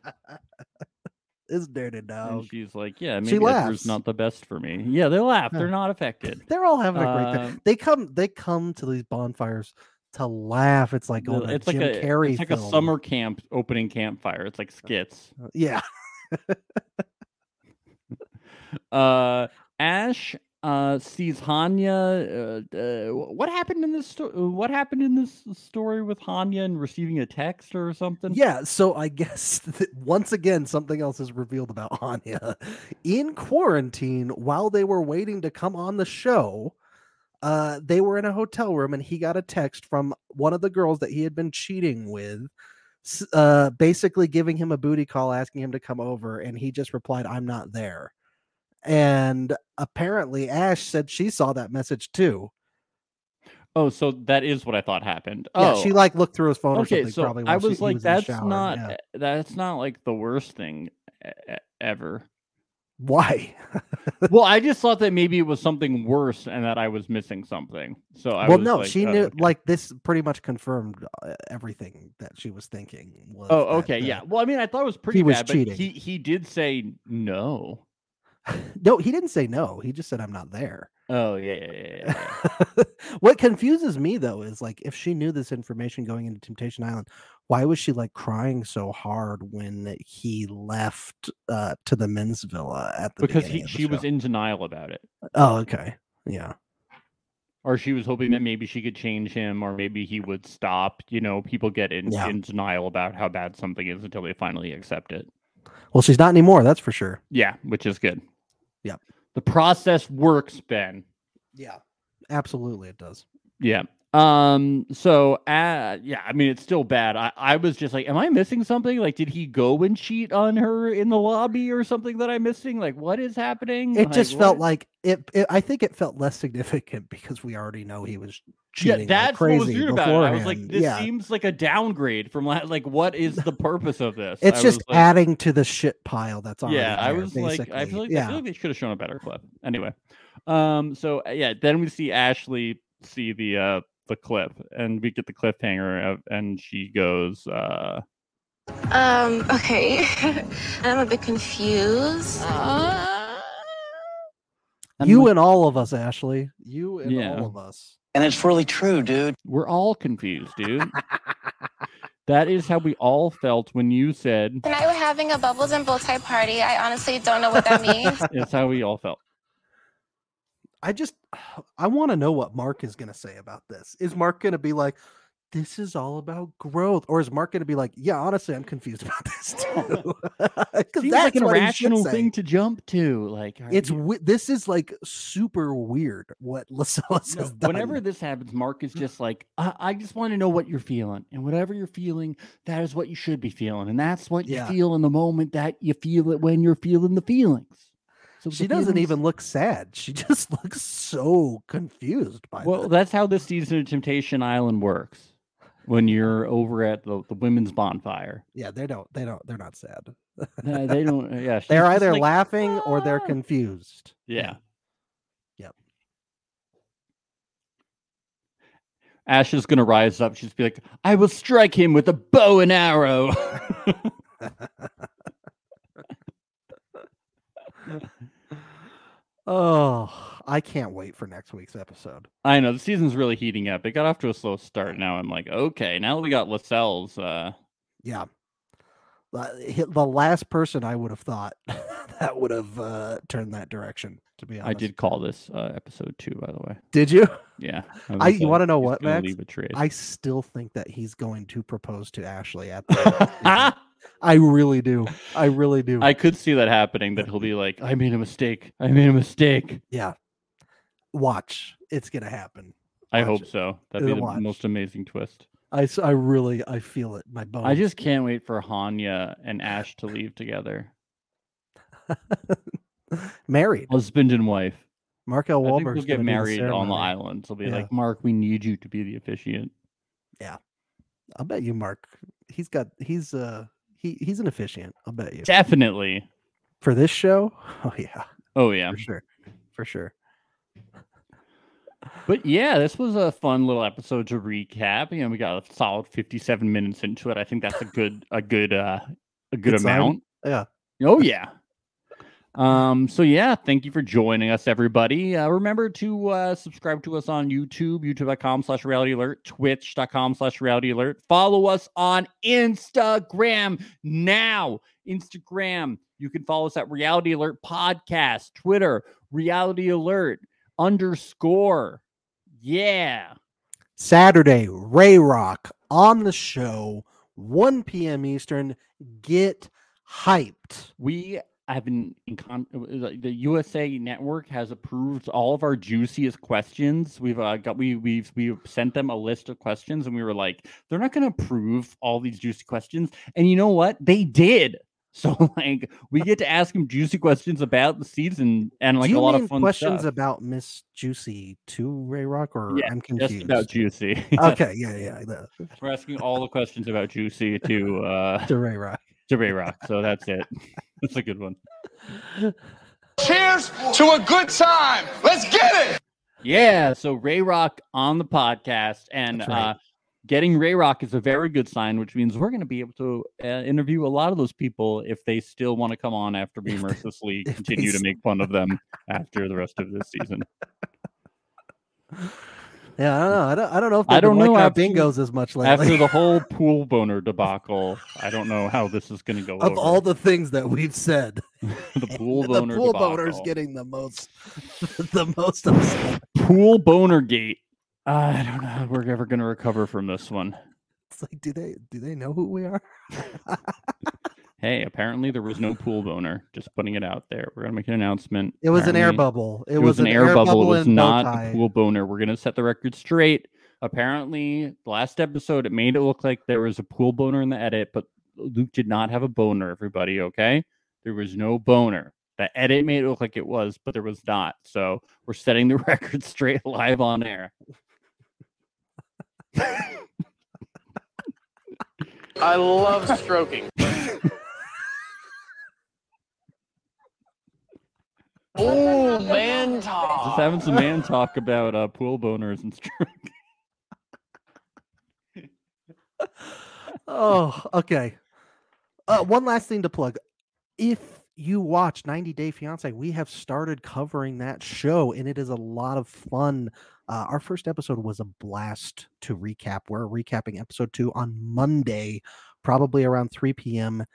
Speaker 2: this dirty
Speaker 3: And
Speaker 2: dog.
Speaker 3: she's like, yeah,
Speaker 2: Oh. She
Speaker 3: maybe Edgar's
Speaker 2: laughs.
Speaker 3: not the best for me. Yeah, they laugh.
Speaker 2: Huh.
Speaker 3: They're not affected.
Speaker 2: They're all having a great time.
Speaker 3: Um,
Speaker 2: They come. They come to these bonfires to laugh. It's like
Speaker 3: The-
Speaker 2: going to
Speaker 3: it's like
Speaker 2: Jim
Speaker 3: a
Speaker 2: Carrey.
Speaker 3: it's like a
Speaker 2: film.
Speaker 3: summer camp opening campfire. It's like skits.
Speaker 2: Yeah.
Speaker 3: uh ash uh sees hanya uh, uh wh- what happened in this sto- uh, what happened in this story with hanya and receiving a text or something
Speaker 2: Yeah, so I (laughs) guess that once again something else is revealed about Anya. In quarantine, while they were waiting to come on the show, uh, they were in a hotel room and he got a text from one of the girls that he had been cheating with, s- uh, basically giving him a booty call, asking him to come over, and he just replied, "I'm not there." And apparently, Ash said she saw that message too.
Speaker 3: oh so that is what i thought happened
Speaker 2: Yeah,
Speaker 3: oh
Speaker 2: she like looked through his phone or
Speaker 3: okay
Speaker 2: something.
Speaker 3: so
Speaker 2: probably
Speaker 3: i
Speaker 2: while she-
Speaker 3: was
Speaker 2: he
Speaker 3: like
Speaker 2: in the
Speaker 3: that's
Speaker 2: shower,
Speaker 3: not
Speaker 2: yeah.
Speaker 3: e- that's not like the worst thing e- e- ever
Speaker 2: why.
Speaker 3: well i just thought that maybe it was something worse and that i was missing something so i
Speaker 2: well,
Speaker 3: was
Speaker 2: no,
Speaker 3: like,
Speaker 2: she
Speaker 3: oh,
Speaker 2: knew.
Speaker 3: okay.
Speaker 2: Like this, pretty much confirmed uh, everything that she was thinking. Was
Speaker 3: oh
Speaker 2: that,
Speaker 3: okay
Speaker 2: uh,
Speaker 3: yeah well i mean i thought it was pretty
Speaker 2: was
Speaker 3: bad
Speaker 2: cheating.
Speaker 3: but he he did say no
Speaker 2: (laughs) No, he didn't say no. He just said, "I'm not there."
Speaker 3: Oh yeah, yeah, yeah, yeah, yeah.
Speaker 2: (laughs) what confuses me though is like if she knew this information going into Temptation Island, why was she like crying so hard when he left uh, to the men's villa at the
Speaker 3: because
Speaker 2: beginning
Speaker 3: he,
Speaker 2: of the
Speaker 3: she was
Speaker 2: show?
Speaker 3: in denial about it,
Speaker 2: Oh, okay, yeah,
Speaker 3: or she was hoping that
Speaker 2: Mm-hmm.
Speaker 3: maybe she could change him, or maybe he would stop. You know, people get in,
Speaker 2: Yeah.
Speaker 3: in denial about how bad something is until they finally accept it.
Speaker 2: well, she's not anymore. That's for sure.
Speaker 3: Yeah, which is good.
Speaker 2: Yep.
Speaker 3: the process works, Ben.
Speaker 2: Yeah, absolutely, it does.
Speaker 3: Yeah. Um. So, uh, yeah. I mean, it's still bad. I, I was just like, am I missing something? Like, did he go and cheat on her in the lobby or something that I'm missing? Like, what is happening?
Speaker 2: It just felt
Speaker 3: what?
Speaker 2: like it, it. I think it felt less significant because we already know he was cheating.
Speaker 3: yeah,
Speaker 2: like
Speaker 3: that's
Speaker 2: crazy
Speaker 3: what was weird about it. I was like,
Speaker 2: beforehand.
Speaker 3: this
Speaker 2: yeah,
Speaker 3: seems like a downgrade from la- like, what is the purpose of this? I
Speaker 2: it's
Speaker 3: was
Speaker 2: just
Speaker 3: like-
Speaker 2: adding to the shit pile that's already.
Speaker 3: yeah. I
Speaker 2: there,
Speaker 3: was like, I
Speaker 2: basically.
Speaker 3: feel like, I
Speaker 2: yeah,
Speaker 3: feel like they should have shown a better clip. Anyway, um, so uh, yeah, then we see Ashley see the uh the clip, and we get the cliffhanger, of, and she goes, uh,
Speaker 5: Um, okay. (laughs) I'm a bit confused.
Speaker 3: I'm
Speaker 2: You
Speaker 3: like,
Speaker 2: and all of us, Ashley. You and
Speaker 3: Yeah.
Speaker 2: all of us.
Speaker 8: And it's really true, dude.
Speaker 3: we're all confused,
Speaker 2: (laughs)
Speaker 3: dude. that is how we all felt when you
Speaker 2: (laughs)
Speaker 3: said
Speaker 5: Tonight we're having a bubbles and bow tie party. I honestly don't know what that means.
Speaker 3: it's how we all felt.
Speaker 2: I just (sighs) I want to know what Mark is going to say about this. Is Mark going to be like this is all about growth or is Mark going to be like, yeah, honestly, I'm confused about
Speaker 3: (laughs)
Speaker 2: this too. (laughs) Cuz
Speaker 3: Seems like an irrational thing to jump to. Like are
Speaker 2: It's
Speaker 3: you-
Speaker 2: we- this is like super weird what (laughs) Lascelles
Speaker 3: No,
Speaker 2: has done.
Speaker 3: whenever this happens, Mark is just like, I, I just want to know what you're feeling. And whatever you're feeling, that is what you should be feeling. And that's what
Speaker 2: Yeah.
Speaker 3: you feel in the moment that you feel it when you're feeling the feelings. So the
Speaker 2: she doesn't
Speaker 3: feelings-
Speaker 2: even look sad. She (laughs) just looks so confused by
Speaker 3: Well,
Speaker 2: this.
Speaker 3: that's how this season of Temptation Island works. When you're over at the, the women's bonfire,
Speaker 2: yeah, they don't. They don't. They're not sad.
Speaker 3: Uh, they don't. Yeah, she's
Speaker 2: They're
Speaker 3: just
Speaker 2: either
Speaker 3: like,
Speaker 2: laughing or they're
Speaker 3: "Ah."
Speaker 2: confused.
Speaker 3: Yeah.
Speaker 2: Yep.
Speaker 3: Ash is gonna rise up. She's be like, "I will strike him with a bow and arrow." (laughs)
Speaker 2: oh, I can't wait for next week's episode.
Speaker 3: I know the season's really heating up. It got off to a slow start. Now I'm like, okay, now that we got Lascelles, uh,
Speaker 2: Yeah. The hi- the last person I would have thought (laughs) that would have uh, turned that direction. To be honest,
Speaker 3: I did call this uh, episode two, by the way.
Speaker 2: Did
Speaker 3: (laughs)
Speaker 2: you?
Speaker 3: Yeah,
Speaker 2: I- you wanna know
Speaker 3: he's
Speaker 2: what,
Speaker 3: gonna
Speaker 2: Max?
Speaker 3: Leave a trace.
Speaker 2: I still think that he's going to propose to
Speaker 3: (laughs)
Speaker 2: Ashley at the. end of the season. I (laughs) really do. I really do.
Speaker 3: I could see that happening. That he'll
Speaker 2: (laughs)
Speaker 3: be like, "I made a mistake. I made a mistake."
Speaker 2: yeah. Watch, it's gonna happen.
Speaker 3: I
Speaker 2: Watch
Speaker 3: hope
Speaker 2: it.
Speaker 3: so. That'd be
Speaker 2: It'll
Speaker 3: the
Speaker 2: watch.
Speaker 3: most amazing twist.
Speaker 2: I, s- I really I feel it. My bones.
Speaker 3: I just can't wait for Hanya and Ash to leave together,
Speaker 2: married.
Speaker 3: husband and wife.
Speaker 2: Mark L.
Speaker 3: I think
Speaker 2: Wahlberg's
Speaker 3: they'll get
Speaker 2: gonna do the
Speaker 3: married on the
Speaker 2: ceremony.
Speaker 3: island. They'll be
Speaker 2: Yeah.
Speaker 3: like, "Mark, we need you to be the officiant."
Speaker 2: I'll bet you Mark. He's got he's uh he he's an officiant, I'll bet you.
Speaker 3: Definitely.
Speaker 2: For this show? (laughs) Oh yeah,
Speaker 3: Oh yeah.
Speaker 2: for sure. For sure.
Speaker 3: But yeah, this was a fun little episode to recap. You know, we got a solid fifty-seven minutes into it. I think that's a good, a good, uh, a good
Speaker 2: Good sign.
Speaker 3: amount.
Speaker 2: Yeah.
Speaker 3: Oh yeah. Um. So yeah, thank you for joining us, everybody. Uh, remember to uh, subscribe to us on YouTube, YouTube.com/slash Reality Alert, Twitch.com/slash Reality Alert. Follow us on Instagram now. Instagram. You can follow us at Reality Alert Podcast. Twitter, Reality Alert underscore. Yeah.
Speaker 2: Saturday, Ray Rock on the show, 1 p.m. Eastern. Get hyped.
Speaker 3: We have been in con- uh, like, the USA Network has approved all of our juiciest questions. We've uh, got we we've we've sent them a list of questions, and we were like, they're not going to approve all these juicy questions. And you know what? They did. (laughs) So like, we get to ask them juicy questions about the season and like
Speaker 2: Do you
Speaker 3: a lot
Speaker 2: mean
Speaker 3: of fun
Speaker 2: questions
Speaker 3: stuff.
Speaker 2: about Miss Juicy to Ray Rock or
Speaker 3: Yeah,
Speaker 2: I'm
Speaker 3: Just
Speaker 2: confused.
Speaker 3: about juicy. (laughs)
Speaker 2: okay, yeah, yeah, yeah.
Speaker 3: We're asking all the questions about juicy to uh
Speaker 2: To Ray Rock.
Speaker 3: to Ray Rock. So that's it. (laughs) That's a good one.
Speaker 4: Cheers to a good time. Let's get it.
Speaker 3: Yeah, so Ray Rock on the podcast and
Speaker 2: That's right.
Speaker 3: uh, getting Ray Rock is a very good sign, which means we're going to be able to uh, interview a lot of those people if they still want to come on after we
Speaker 2: If they-
Speaker 3: mercilessly
Speaker 2: if they
Speaker 3: continue to
Speaker 2: s-
Speaker 3: make fun of them after the rest of this season.
Speaker 2: (laughs) Yeah, I don't know. I don't, I don't know if
Speaker 3: I
Speaker 2: they've been
Speaker 3: don't know
Speaker 2: liking our
Speaker 3: after-
Speaker 2: bingos as much lately.
Speaker 3: After the whole pool boner debacle, I don't know how this is going to go.
Speaker 2: (laughs) of
Speaker 3: over.
Speaker 2: all the things that we've said,
Speaker 3: (laughs)
Speaker 2: (laughs)
Speaker 3: the pool
Speaker 2: the
Speaker 3: boner
Speaker 2: pool
Speaker 3: debacle.
Speaker 2: boner's getting the most, (laughs) the most upset.
Speaker 3: pool boner gate. Uh, I don't know how we're ever going to recover from this one.
Speaker 2: It's like, do they do they know who we are?
Speaker 3: Hey, apparently there was no pool boner. Just putting it out there. We're gonna make an announcement.
Speaker 2: It was an air
Speaker 3: Apparently-
Speaker 2: bubble. It,
Speaker 3: It, was, an air, bubble. It was
Speaker 2: in bow
Speaker 3: not
Speaker 2: tie.
Speaker 3: a pool boner. We're gonna set the record straight. Apparently, the last episode it made it look like there was a pool boner in the edit, but Luke did not have a boner. Everybody, okay? There was no boner. The edit made it look like it was, but there was not. So we're setting the (laughs) record straight live on air.
Speaker 6: I love
Speaker 4: (laughs)
Speaker 6: stroking. oh, man
Speaker 3: Just
Speaker 6: talk.
Speaker 3: having some man (laughs) talk about uh, pool boners and stuff.
Speaker 2: Oh, okay. Uh, one last thing to plug. If you watch 90 Day Fiance, we have started covering that show and it is a lot of fun. Uh, our first episode was a blast to recap. We're recapping episode two on Monday, probably around 3 p.m.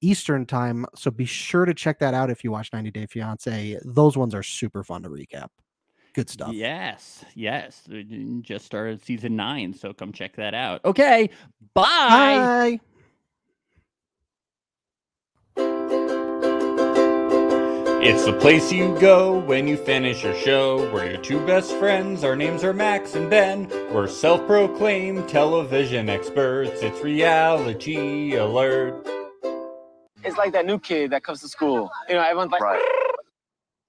Speaker 2: Eastern time. So be sure to check that out if you watch 90 Day Fiance. Those ones are super fun to recap. Good stuff.
Speaker 3: Yes, yes. Uh, n- Just started season nine, so come check that out. Okay, bye.
Speaker 2: Bye.
Speaker 1: It's the place you go when you finish your show. We're your two best friends. Our names are Max and Ben. We're self proclaimed television experts. It's reality alert.
Speaker 6: It's like that new kid that comes to school. You know, everyone's like,
Speaker 4: Right.